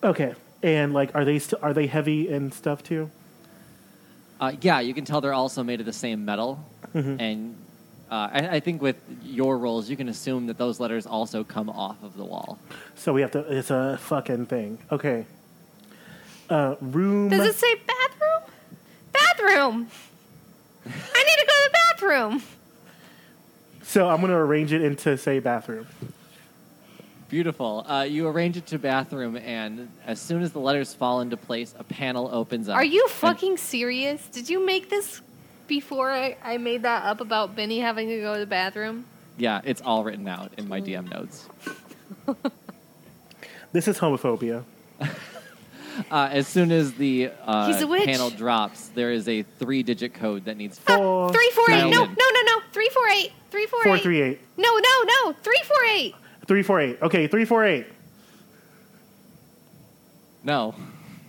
Speaker 2: okay, and like are they still are they heavy and stuff too?
Speaker 4: Uh, yeah, you can tell they're also made of the same metal. And uh, I, I think with your rolls, you can assume that those letters also come off of the wall.
Speaker 2: So we have to. It's a fucking thing. Okay. Uh, room.
Speaker 3: Does it say bathroom? Bathroom! I need to go to the bathroom!
Speaker 2: so I'm gonna arrange it into say bathroom.
Speaker 4: Beautiful. Uh, you arrange it to bathroom, and as soon as the letters fall into place, a panel opens up.
Speaker 3: Are you
Speaker 4: And-
Speaker 3: fucking serious? Did you make this before I, I made that up about Benny having to go to the bathroom?
Speaker 4: yeah, it's all written out in my DM notes.
Speaker 2: This is homophobia.
Speaker 4: Uh, as soon as the
Speaker 3: He's a
Speaker 4: uh,
Speaker 3: witch. Oh.
Speaker 4: panel drops, there is a three-digit code that needs.
Speaker 2: Four.
Speaker 3: Three four eight. No, no, no,
Speaker 4: Dial in.
Speaker 3: no. Three four eight. Three four eight.
Speaker 2: Four three eight.
Speaker 3: No, no, no. Three four eight.
Speaker 2: Three four eight. Okay, three four eight.
Speaker 4: No,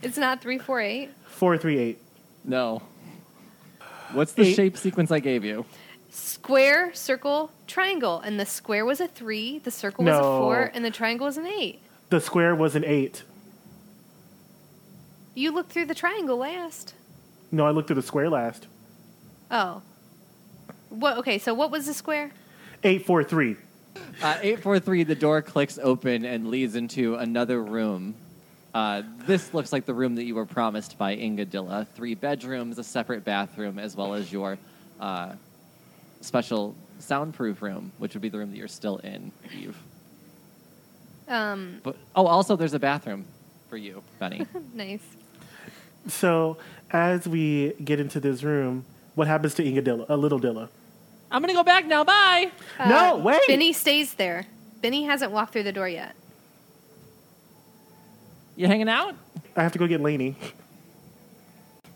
Speaker 3: It's not three four eight.
Speaker 2: Four three eight.
Speaker 4: no. What's the
Speaker 2: Eight.
Speaker 4: shape sequence I gave you?
Speaker 3: Square, circle, triangle, and the square was a three, the circle was a
Speaker 2: No.
Speaker 3: four, and the triangle was an eight.
Speaker 2: The square was an eight.
Speaker 3: You looked through the triangle last.
Speaker 2: No, I looked at the square last.
Speaker 3: Oh. What? Okay, so what was the square?
Speaker 2: Eight four three.
Speaker 4: Uh, 843, the door clicks open and leads into another room. Uh, this looks like the room that you were promised by Ingadilla. Three bedrooms, a separate bathroom, as well as your uh, special soundproof room, which would be the room that you're still in, Eve.
Speaker 3: Um,
Speaker 4: But, oh, also, there's a bathroom for you, Benny.
Speaker 3: nice.
Speaker 2: So as we get into this room, what happens to Ingadilla? uh, A little Dilla.
Speaker 6: I'm gonna go back now. Bye.
Speaker 2: No, wait!
Speaker 3: Uh, Benny stays there. Benny hasn't walked through the door yet.
Speaker 6: You hanging out?
Speaker 2: I have to go get Laney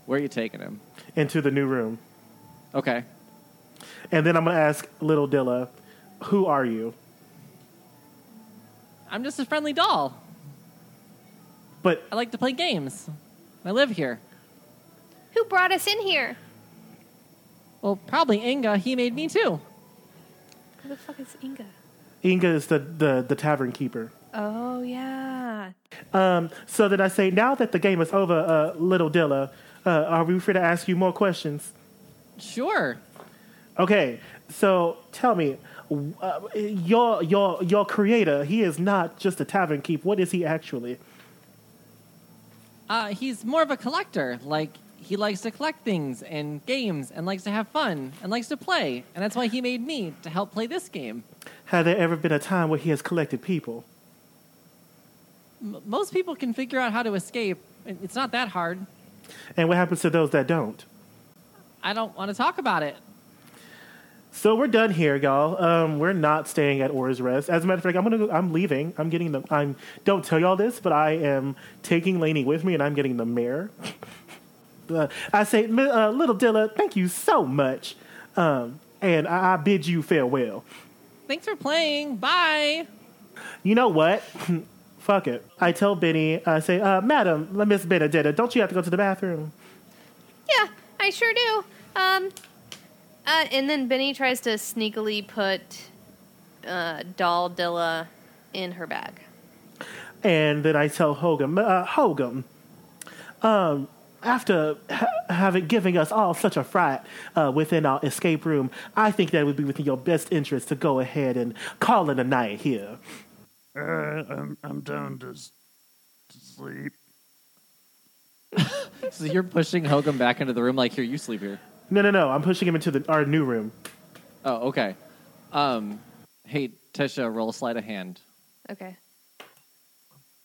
Speaker 4: Where are you taking him?
Speaker 2: into the new room,
Speaker 4: Okay.
Speaker 2: and then I'm gonna ask little Dilla, "Who are you?"
Speaker 6: I'm just a friendly doll.
Speaker 2: But
Speaker 6: I like to play games. I live here.
Speaker 3: Who brought us in here?
Speaker 6: Well, probably Inga. He made me too.
Speaker 3: Who the fuck is Inga?
Speaker 2: Inga is the, the, the tavern keeper.
Speaker 3: Oh yeah.
Speaker 2: Um, so then I say, now that the game is over, uh, little Dilla, uh, are we free to ask you more questions?
Speaker 6: Sure.
Speaker 2: Okay, so tell me, w- uh, your your your creator, he is not just a tavern keep. What is he actually?
Speaker 6: Uh, he's more of a collector. Like he likes to collect things and games and likes to have fun and likes to play. And that's why he made me to help play this game.
Speaker 2: Have there ever been a time where he has collected people?
Speaker 6: M- most people can figure out how to escape. It- It's not that hard.
Speaker 2: And what happens to those that don't?
Speaker 6: I don't want to talk about it.
Speaker 2: So we're done here, y'all. Um, we're not staying at Aura's Rest. As a matter of fact, I'm gonna. Go, I'm leaving. I'm getting the. I'm. Don't tell y'all this, but I am taking Lainey with me, and I'm getting the mayor. Uh, I say, "M- uh, little Dilla, thank you so much, um, and I, I bid you farewell.
Speaker 6: Thanks for playing. Bye.
Speaker 2: You know what? Fuck it. I tell Benny. I say, uh, Madam Miss Benedetta, don't you have to go to the bathroom?
Speaker 3: Yeah, I sure do. Um, uh, and then Benny tries to sneakily put uh, Doll Dilla in her bag.
Speaker 2: And then I tell Hogan, uh, Hogan, um, after ha- having giving us all such a fright uh, within our escape room, I think that would be within your best interest to go ahead and call it a night here.
Speaker 5: Uh, I'm, I'm down to, s- to sleep.
Speaker 4: So you're pushing Hogan back into the room, like, here, you sleep here.
Speaker 2: No, no, no. I'm pushing him into the, our new room.
Speaker 4: Oh, okay. Um, hey, Tisha, roll sleight of hand.
Speaker 3: Okay.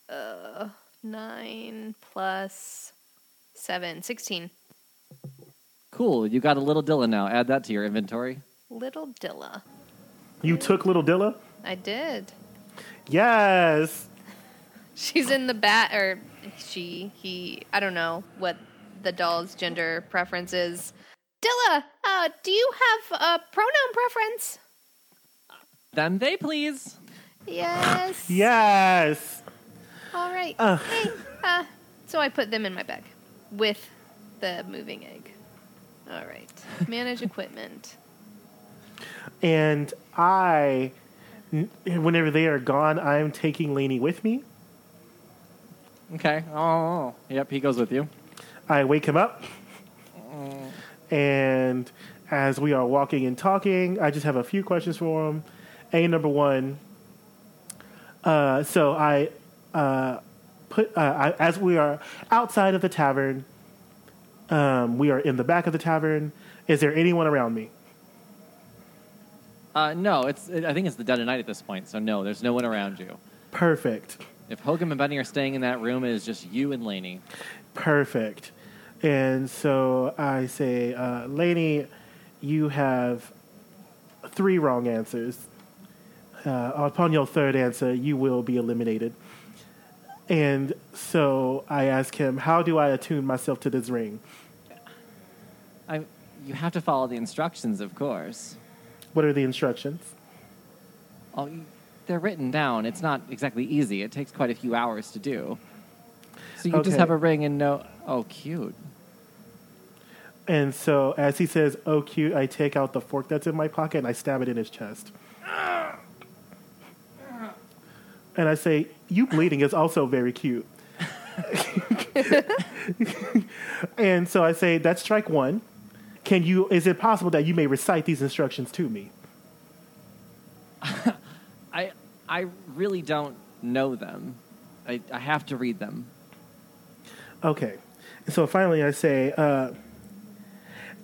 Speaker 3: Uh, nine plus seven, 16.
Speaker 4: Cool. You got a little Dylan now. Add that to your inventory.
Speaker 3: Little Dilla.
Speaker 2: You took little Dilla?
Speaker 3: I did.
Speaker 2: Yes.
Speaker 3: She's in the bat, or she, he, I don't know what the doll's gender preference is. Dilla, uh, do you have a pronoun preference?
Speaker 4: Them, they, please.
Speaker 3: Yes.
Speaker 2: Yes.
Speaker 3: All right.
Speaker 2: Ugh.
Speaker 3: Hey. Uh, so I put them in my bag with the moving egg. All right. Manage equipment.
Speaker 2: And I, n- whenever they are gone, I'm taking Lainey with me.
Speaker 4: Okay. Oh, yep. He goes with you.
Speaker 2: I wake him up. And as we are walking and talking, I just have a few questions for him. A number one. Uh, so I uh, put uh, I, as we are outside of the tavern. Um, we are in the back of the tavern. Is there anyone around me?
Speaker 4: Uh, no, it's. It, I think it's the dead of night at this point. So no, there's no one around you.
Speaker 2: Perfect,
Speaker 4: If Hogan and Benny are staying in that room, it is just you and Laney.
Speaker 2: perfect. And so I say, uh, Lainey, you have three wrong answers. Uh, upon your third answer, you will be eliminated. And so I ask him, How do I attune myself to this ring?
Speaker 4: I, you have to follow the instructions, of course.
Speaker 2: What are the instructions?
Speaker 4: Oh, you- they're written down. It's not exactly easy. It takes quite a few hours to do. So you
Speaker 2: Okay.
Speaker 4: just have a ring and no. Oh, cute.
Speaker 2: And so as he says, Oh, cute, I take out the fork that's in my pocket and I stab it in his chest. And I say, You bleeding is also very cute. and so I say, That's strike one. Can you, is it possible that you may recite these instructions to me?
Speaker 4: I I really don't know them. I, I have to read them.
Speaker 2: Okay. So finally, I say, uh,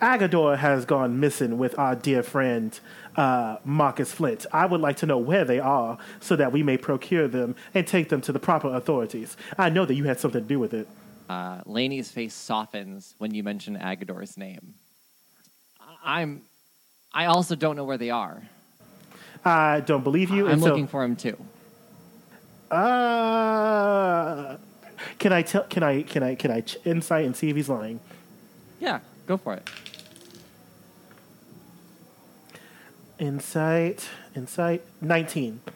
Speaker 2: Agador has gone missing with our dear friend uh, Marcus Flint. I would like to know where they are so that we may procure them and take them to the proper authorities. I know that you had something to do with it.
Speaker 4: Uh, Laney's face softens when you mention Agador's name. I- I'm. I also don't know where they are.
Speaker 2: I don't believe you.
Speaker 4: I'm
Speaker 2: and so,
Speaker 4: looking for him too.
Speaker 2: Uh, can I tell? Can I? Can I? Can I ch- insight and see if he's lying?
Speaker 4: Yeah, go for it.
Speaker 2: Insight. Insight. Nineteen.
Speaker 4: Uh,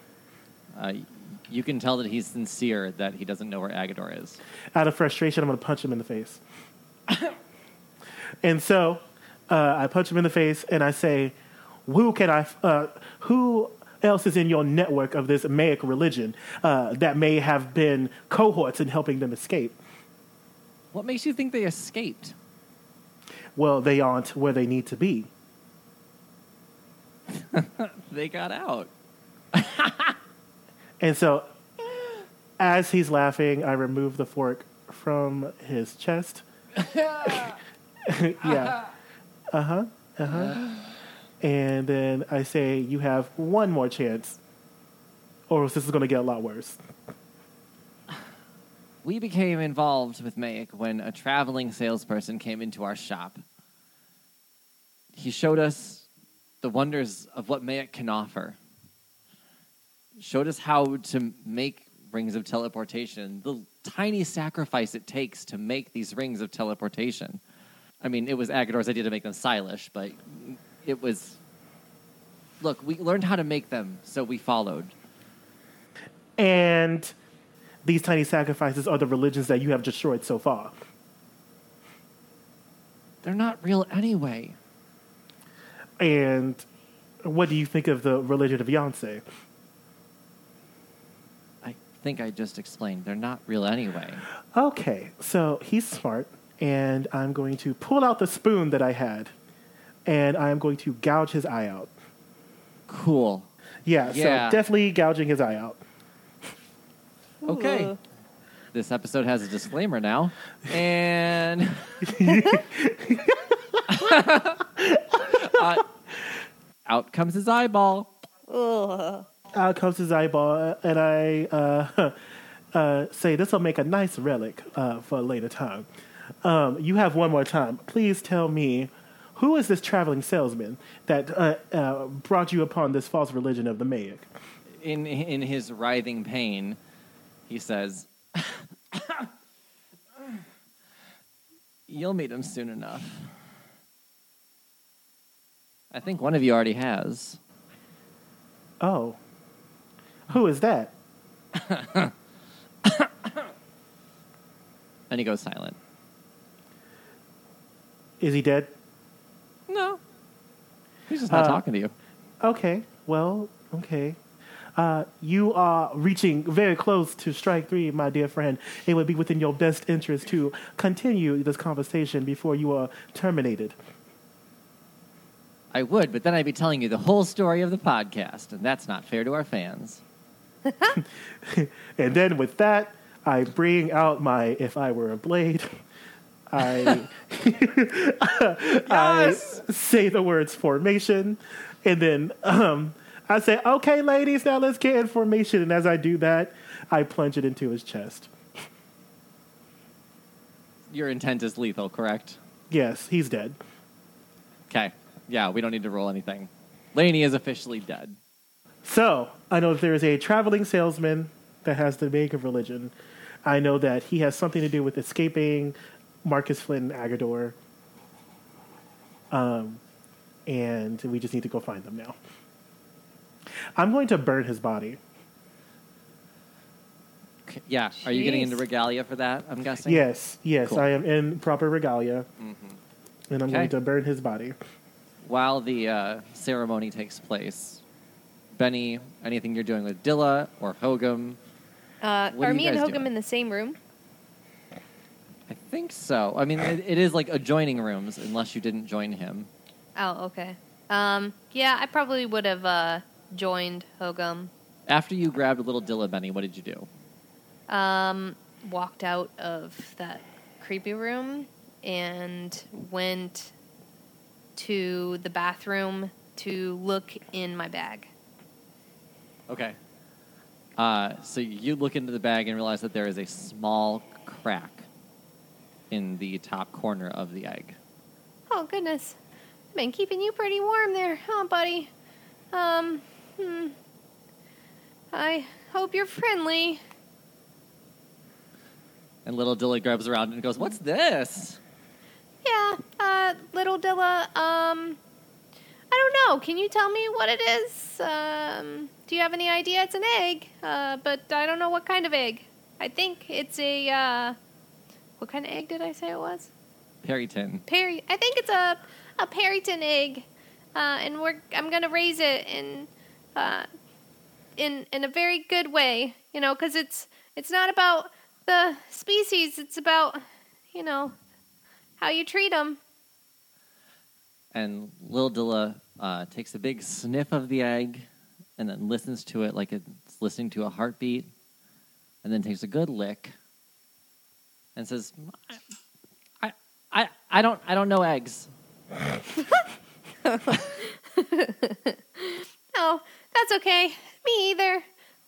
Speaker 4: y- you can tell that he's sincere that he doesn't know where Agador is.
Speaker 2: out of frustration, I'm going to punch him in the face. and so uh, I punch him in the face and I say, "Who can I? Uh, who else is in your network of this Maic religion uh, that may have been cohorts in helping them escape?
Speaker 4: What makes you think they escaped?
Speaker 2: Well, they aren't where they need to be."
Speaker 4: They got out.
Speaker 2: And so, as he's laughing, I remove the fork from his chest. yeah. Uh huh. Uh huh. And then I say, You have one more chance, or else this is going to get a lot worse.
Speaker 4: We became involved with Mayak when a traveling salesperson came into our shop. He showed us the wonders of what Mayak can offer. Showed us how to make rings of teleportation, the tiny sacrifice it takes to make these rings of teleportation. I mean, it was Agador's idea to make them stylish, but it was. Look, we learned how to make them, so we followed.
Speaker 2: And these tiny sacrifices are the religions that you have destroyed so far.
Speaker 4: They're not real anyway.
Speaker 2: And what do you think of the religion of Yonsei?
Speaker 4: I think I just explained. They're not real anyway.
Speaker 2: Okay, so he's smart, and I'm going to pull out the spoon that I had, and I'm going to gouge his eye out.
Speaker 4: Cool.
Speaker 2: Yeah,
Speaker 4: Yeah.
Speaker 2: so definitely gouging his eye out.
Speaker 4: Okay. This episode has a disclaimer now. And. Uh, out comes his eyeball.
Speaker 2: Out Uh, comes his eyeball, and I uh, uh, say, This will make a nice relic uh, for a later time. Um, you have one more time. Please tell me, who is this traveling salesman that uh, uh, brought you upon this false religion of the Maic?
Speaker 4: In, in his writhing pain, he says, You'll meet him soon enough. I think one of you already has.
Speaker 2: Oh. Who is that?
Speaker 4: And he goes silent.
Speaker 2: Is he dead?
Speaker 4: No. He's just not
Speaker 2: Uh,
Speaker 4: talking to you.
Speaker 2: Okay. Well, okay. Uh, you are reaching very close to strike three, my dear friend. It would be within your best interest to continue this conversation before you are terminated.
Speaker 4: I would, but then I'd be telling you the whole story of the podcast, and that's not fair to our fans.
Speaker 2: And then with that, I bring out my if I were a blade. I I say the words formation, and then um, I say, "Okay, ladies, now let's get in formation." And as I do that, I plunge it into his chest.
Speaker 4: Your intent is lethal, correct?
Speaker 2: Yes, he's dead.
Speaker 4: Okay. Yeah, we don't need to roll anything. Laney is officially dead.
Speaker 2: So I know that there is a traveling salesman that has the make of religion. I know that he has something to do with escaping Marcus Flynn Agador. Um, and we just need to go find them now. I'm going to burn his body.
Speaker 4: K- Yeah. Are you getting
Speaker 3: Jeez.
Speaker 4: into regalia for that? I'm guessing.
Speaker 2: Yes, yes,
Speaker 4: Cool. Mm-hmm.
Speaker 2: I am in proper regalia, and I'm
Speaker 4: Okay.
Speaker 2: going to burn his body.
Speaker 4: While the uh, ceremony takes place, Benny, anything you're doing with Dilla or Hogum?
Speaker 3: Uh,
Speaker 4: What are
Speaker 3: are
Speaker 4: you
Speaker 3: me and
Speaker 4: guys
Speaker 3: Hogum
Speaker 4: doing?
Speaker 3: in the same room?
Speaker 4: I think so. I mean, it, it is like adjoining rooms, unless you didn't join him.
Speaker 3: Oh, okay. Um, yeah, I probably would have uh, joined Hogum.
Speaker 4: After you grabbed a little Dilla, Benny, what did you do?
Speaker 3: Um, walked out of that creepy room and went to the bathroom to look in my bag.
Speaker 4: Okay. Uh, so you look into the bag and realize that there is a small crack in the top corner of the egg.
Speaker 3: Oh goodness, I've been keeping you pretty warm there, huh, buddy? Um, hmm. I hope you're friendly.
Speaker 4: And little Dilla grabs around and goes, What's this?
Speaker 3: Yeah, uh, little Dilla, um, I don't know. Can you tell me what it is? Um, do you have any idea? It's an egg, uh, but I don't know what kind of egg. I think it's a, uh, what kind of egg did I say it was?
Speaker 4: Perryton.
Speaker 3: Perry, I think it's a, a Perryton egg, uh, and we're, I'm gonna raise it in, uh, in, in a very good way, you know, cause it's, it's not about the species, it's about, you know, how you treat them.
Speaker 4: And little Dilla uh, takes a big sniff of the egg and then listens to it like it's listening to a heartbeat and then takes a good lick and says, I, I, I, I, don't, I don't know eggs.
Speaker 3: Oh, that's okay. Me either.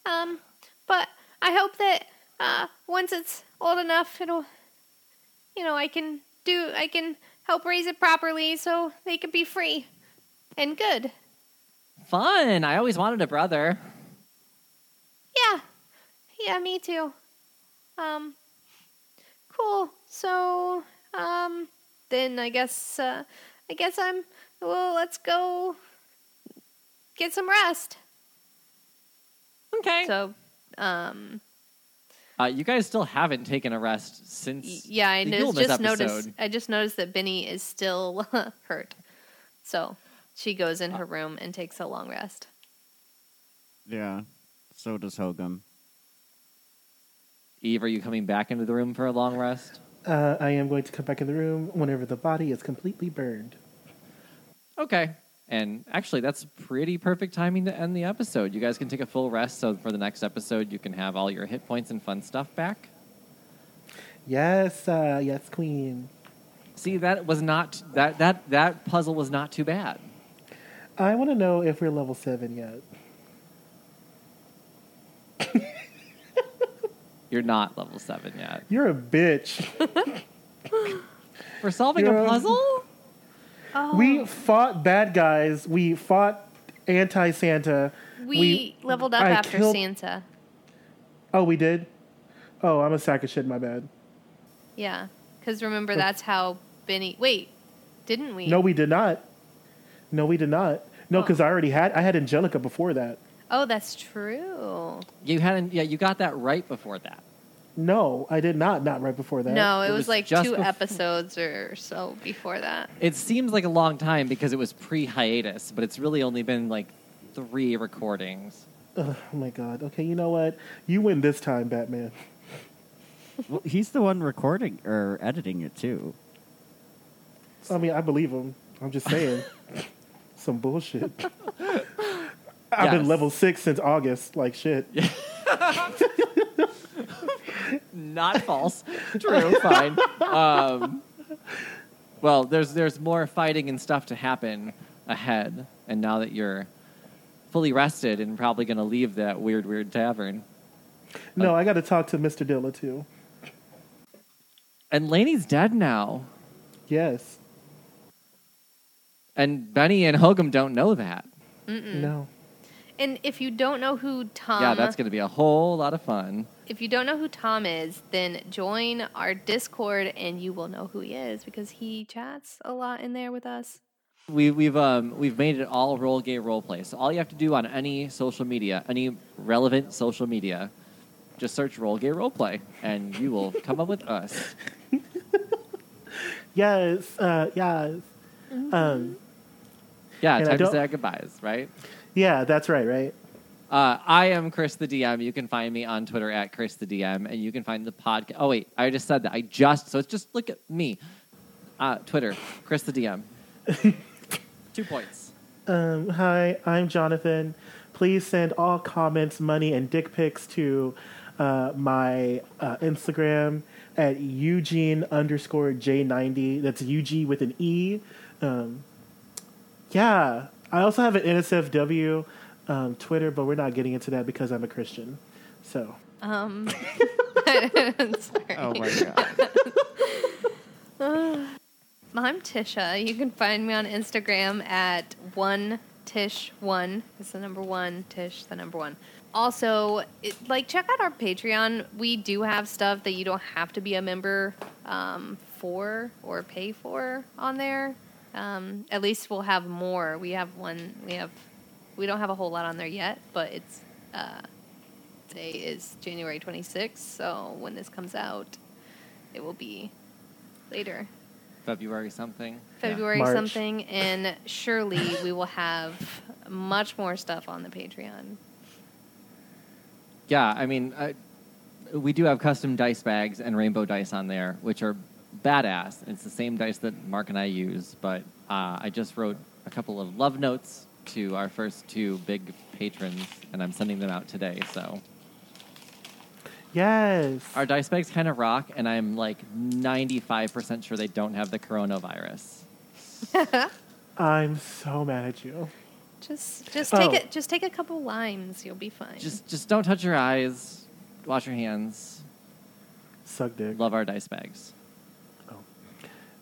Speaker 3: Um, but I hope that uh, once it's old enough, it'll, you know, I can do, I can help raise it properly so they can be free and good.
Speaker 4: Fun. I always wanted a brother.
Speaker 3: Yeah, yeah, me too. Um, cool. So, um, then I guess, uh, I guess I'm. Well, let's go get some rest.
Speaker 4: Okay.
Speaker 3: So, um,
Speaker 4: Uh, you guys still haven't taken a rest
Speaker 3: y-
Speaker 4: since.
Speaker 3: yeah, I
Speaker 4: the
Speaker 3: no-
Speaker 4: Yulnus
Speaker 3: just noticed.
Speaker 4: episode.
Speaker 3: I just noticed that Benny is still hurt. So she goes in her room and takes a long rest.
Speaker 1: Yeah. So does Hogum.
Speaker 4: Eve, are you coming back into the room for a long rest?
Speaker 2: Uh, I am going to come back in the room whenever the body is completely burned.
Speaker 4: Okay. And actually, that's pretty perfect timing to end the episode. You guys can take a full rest, so for the next episode, you can have all your hit points and fun stuff back.
Speaker 2: Yes, uh, yes, queen.
Speaker 4: See, that was not that that that puzzle was not too bad.
Speaker 2: I want to know if we're level seven yet.
Speaker 4: You're not level seven yet
Speaker 2: You're a bitch.
Speaker 4: for solving
Speaker 2: You're-
Speaker 4: a puzzle.
Speaker 3: Oh,
Speaker 2: We fought bad guys. We fought anti Santa.
Speaker 3: we, leveled up
Speaker 2: I
Speaker 3: after
Speaker 2: killed-
Speaker 3: Santa.
Speaker 2: Oh, we did. Oh, I'm a sack of shit. My bad.
Speaker 3: Yeah, because remember that's how Benny. Wait, didn't we?
Speaker 2: No, we did not. No, we did not. No,
Speaker 3: Oh.
Speaker 2: because I already had. I had Angelica before that.
Speaker 3: Oh, that's true.
Speaker 4: You hadn't. Yeah, you got that right before that.
Speaker 2: No, I did not. Not right before that.
Speaker 3: no, it,
Speaker 4: it
Speaker 3: was,
Speaker 4: was
Speaker 3: like two
Speaker 4: just bef-
Speaker 3: episodes or so before that.
Speaker 4: It seems like a long time because it was pre-hiatus, but it's really only been like three recordings.
Speaker 2: Ugh, oh my god. Okay, you know what? You win this time, Batman.
Speaker 1: Well, he's the one recording or editing it too.
Speaker 2: I mean, I believe him. I'm just saying. Some bullshit. I've been
Speaker 4: Yes.
Speaker 2: level six since August. Like shit.
Speaker 4: Not false. True. Fine. Um, well, there's there's more fighting and stuff to happen ahead, and now that you're fully rested and probably going to leave that weird weird tavern,
Speaker 2: No, I got to talk to Mr. Dilla too.
Speaker 4: and Laney's dead now,
Speaker 2: Yes.
Speaker 4: and Benny and Hogum don't know that.
Speaker 2: No.
Speaker 3: And if you don't know who Tom,
Speaker 4: yeah, that's going to be a whole lot of fun.
Speaker 3: if you don't know who Tom is, then join our Discord and you will know who he is because he chats a lot in there with us.
Speaker 4: We, we've um, we've made it all role gay role play. So all you have to do on any social media, any relevant social media, just search role gay role play, and you will come up with us.
Speaker 2: Yes. Uh, yes. Um,
Speaker 4: Yeah,
Speaker 2: And I
Speaker 4: time to
Speaker 2: don't-
Speaker 4: say our goodbyes, right?
Speaker 2: yeah, that's right. Right.
Speaker 4: Uh, I am Chris the DM. You can find me on Twitter at Chris the DM, and you can find the podcast. Oh wait, I just said that. I just so it's just look at me, uh, Twitter, Chris the DM. Two points.
Speaker 2: Um, hi, I'm Jonathan. Please send all comments, money, and dick pics to uh, my uh, Instagram at Eugene underscore J90. That's UG with an E. Um, yeah. I also have an NSFW um, Twitter, but we're not getting into that because I'm a Christian. So,
Speaker 3: Um, sorry.
Speaker 1: Oh my god!
Speaker 3: I'm Tisha. You can find me on Instagram at one tish one. It's the number one tish, the number one. Also, it, like check out our Patreon. We do have stuff that you don't have to be a member um, for or pay for on there. Um, at least we'll have more. We have one. We have. We don't have a whole lot on there yet, but it's. Uh, today is January 26th, so when this comes out, it will be later.
Speaker 4: February something.
Speaker 3: February
Speaker 2: March.
Speaker 3: something, and surely we will have much more stuff on the Patreon.
Speaker 4: Yeah, I mean, I, we do have custom dice bags and rainbow dice on there, which are badass. It's the same dice that Mark and I use, but uh, I just wrote a couple of love notes to our first two big patrons, and I'm sending them out today. So
Speaker 2: yes.
Speaker 4: our dice bags kind of rock, and I'm like 95% sure they don't have the coronavirus.
Speaker 2: I'm so mad at you.
Speaker 3: Just, just take
Speaker 2: Oh.
Speaker 3: it. Just take a couple limes. You'll be fine.
Speaker 4: Just, just don't touch your eyes, wash your hands.
Speaker 2: Suck dick. Oh.
Speaker 4: Love our dice bags.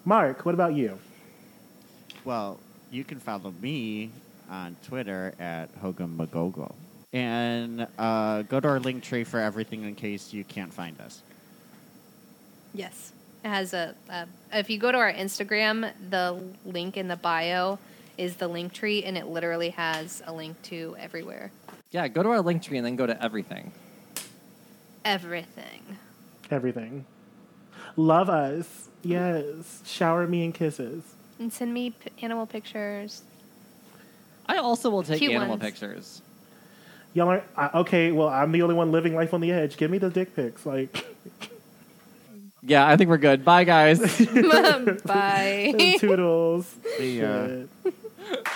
Speaker 2: Mark, what about you?
Speaker 1: Well, you can follow me on Twitter at Hogan Magogo. And uh, go to our link tree for everything in case you can't find us.
Speaker 3: yes, it has a, a. If you go to our Instagram, the link in the bio is the link tree, and it literally has a link to everywhere,
Speaker 4: Yeah, go to our link tree and then go to everything.
Speaker 3: everything.
Speaker 2: Everything. Love us. Yes. Shower me in kisses.
Speaker 3: And send me p- animal pictures.
Speaker 4: I also will take
Speaker 3: Cute
Speaker 4: animal
Speaker 3: ones.
Speaker 4: pictures.
Speaker 2: Y'all are I, okay. Well, I'm the only one living life on the edge. Give me the dick pics. Like
Speaker 4: Yeah, I think we're good. Bye, guys.
Speaker 3: Bye.
Speaker 2: toodles.
Speaker 1: The, uh,
Speaker 2: Shit.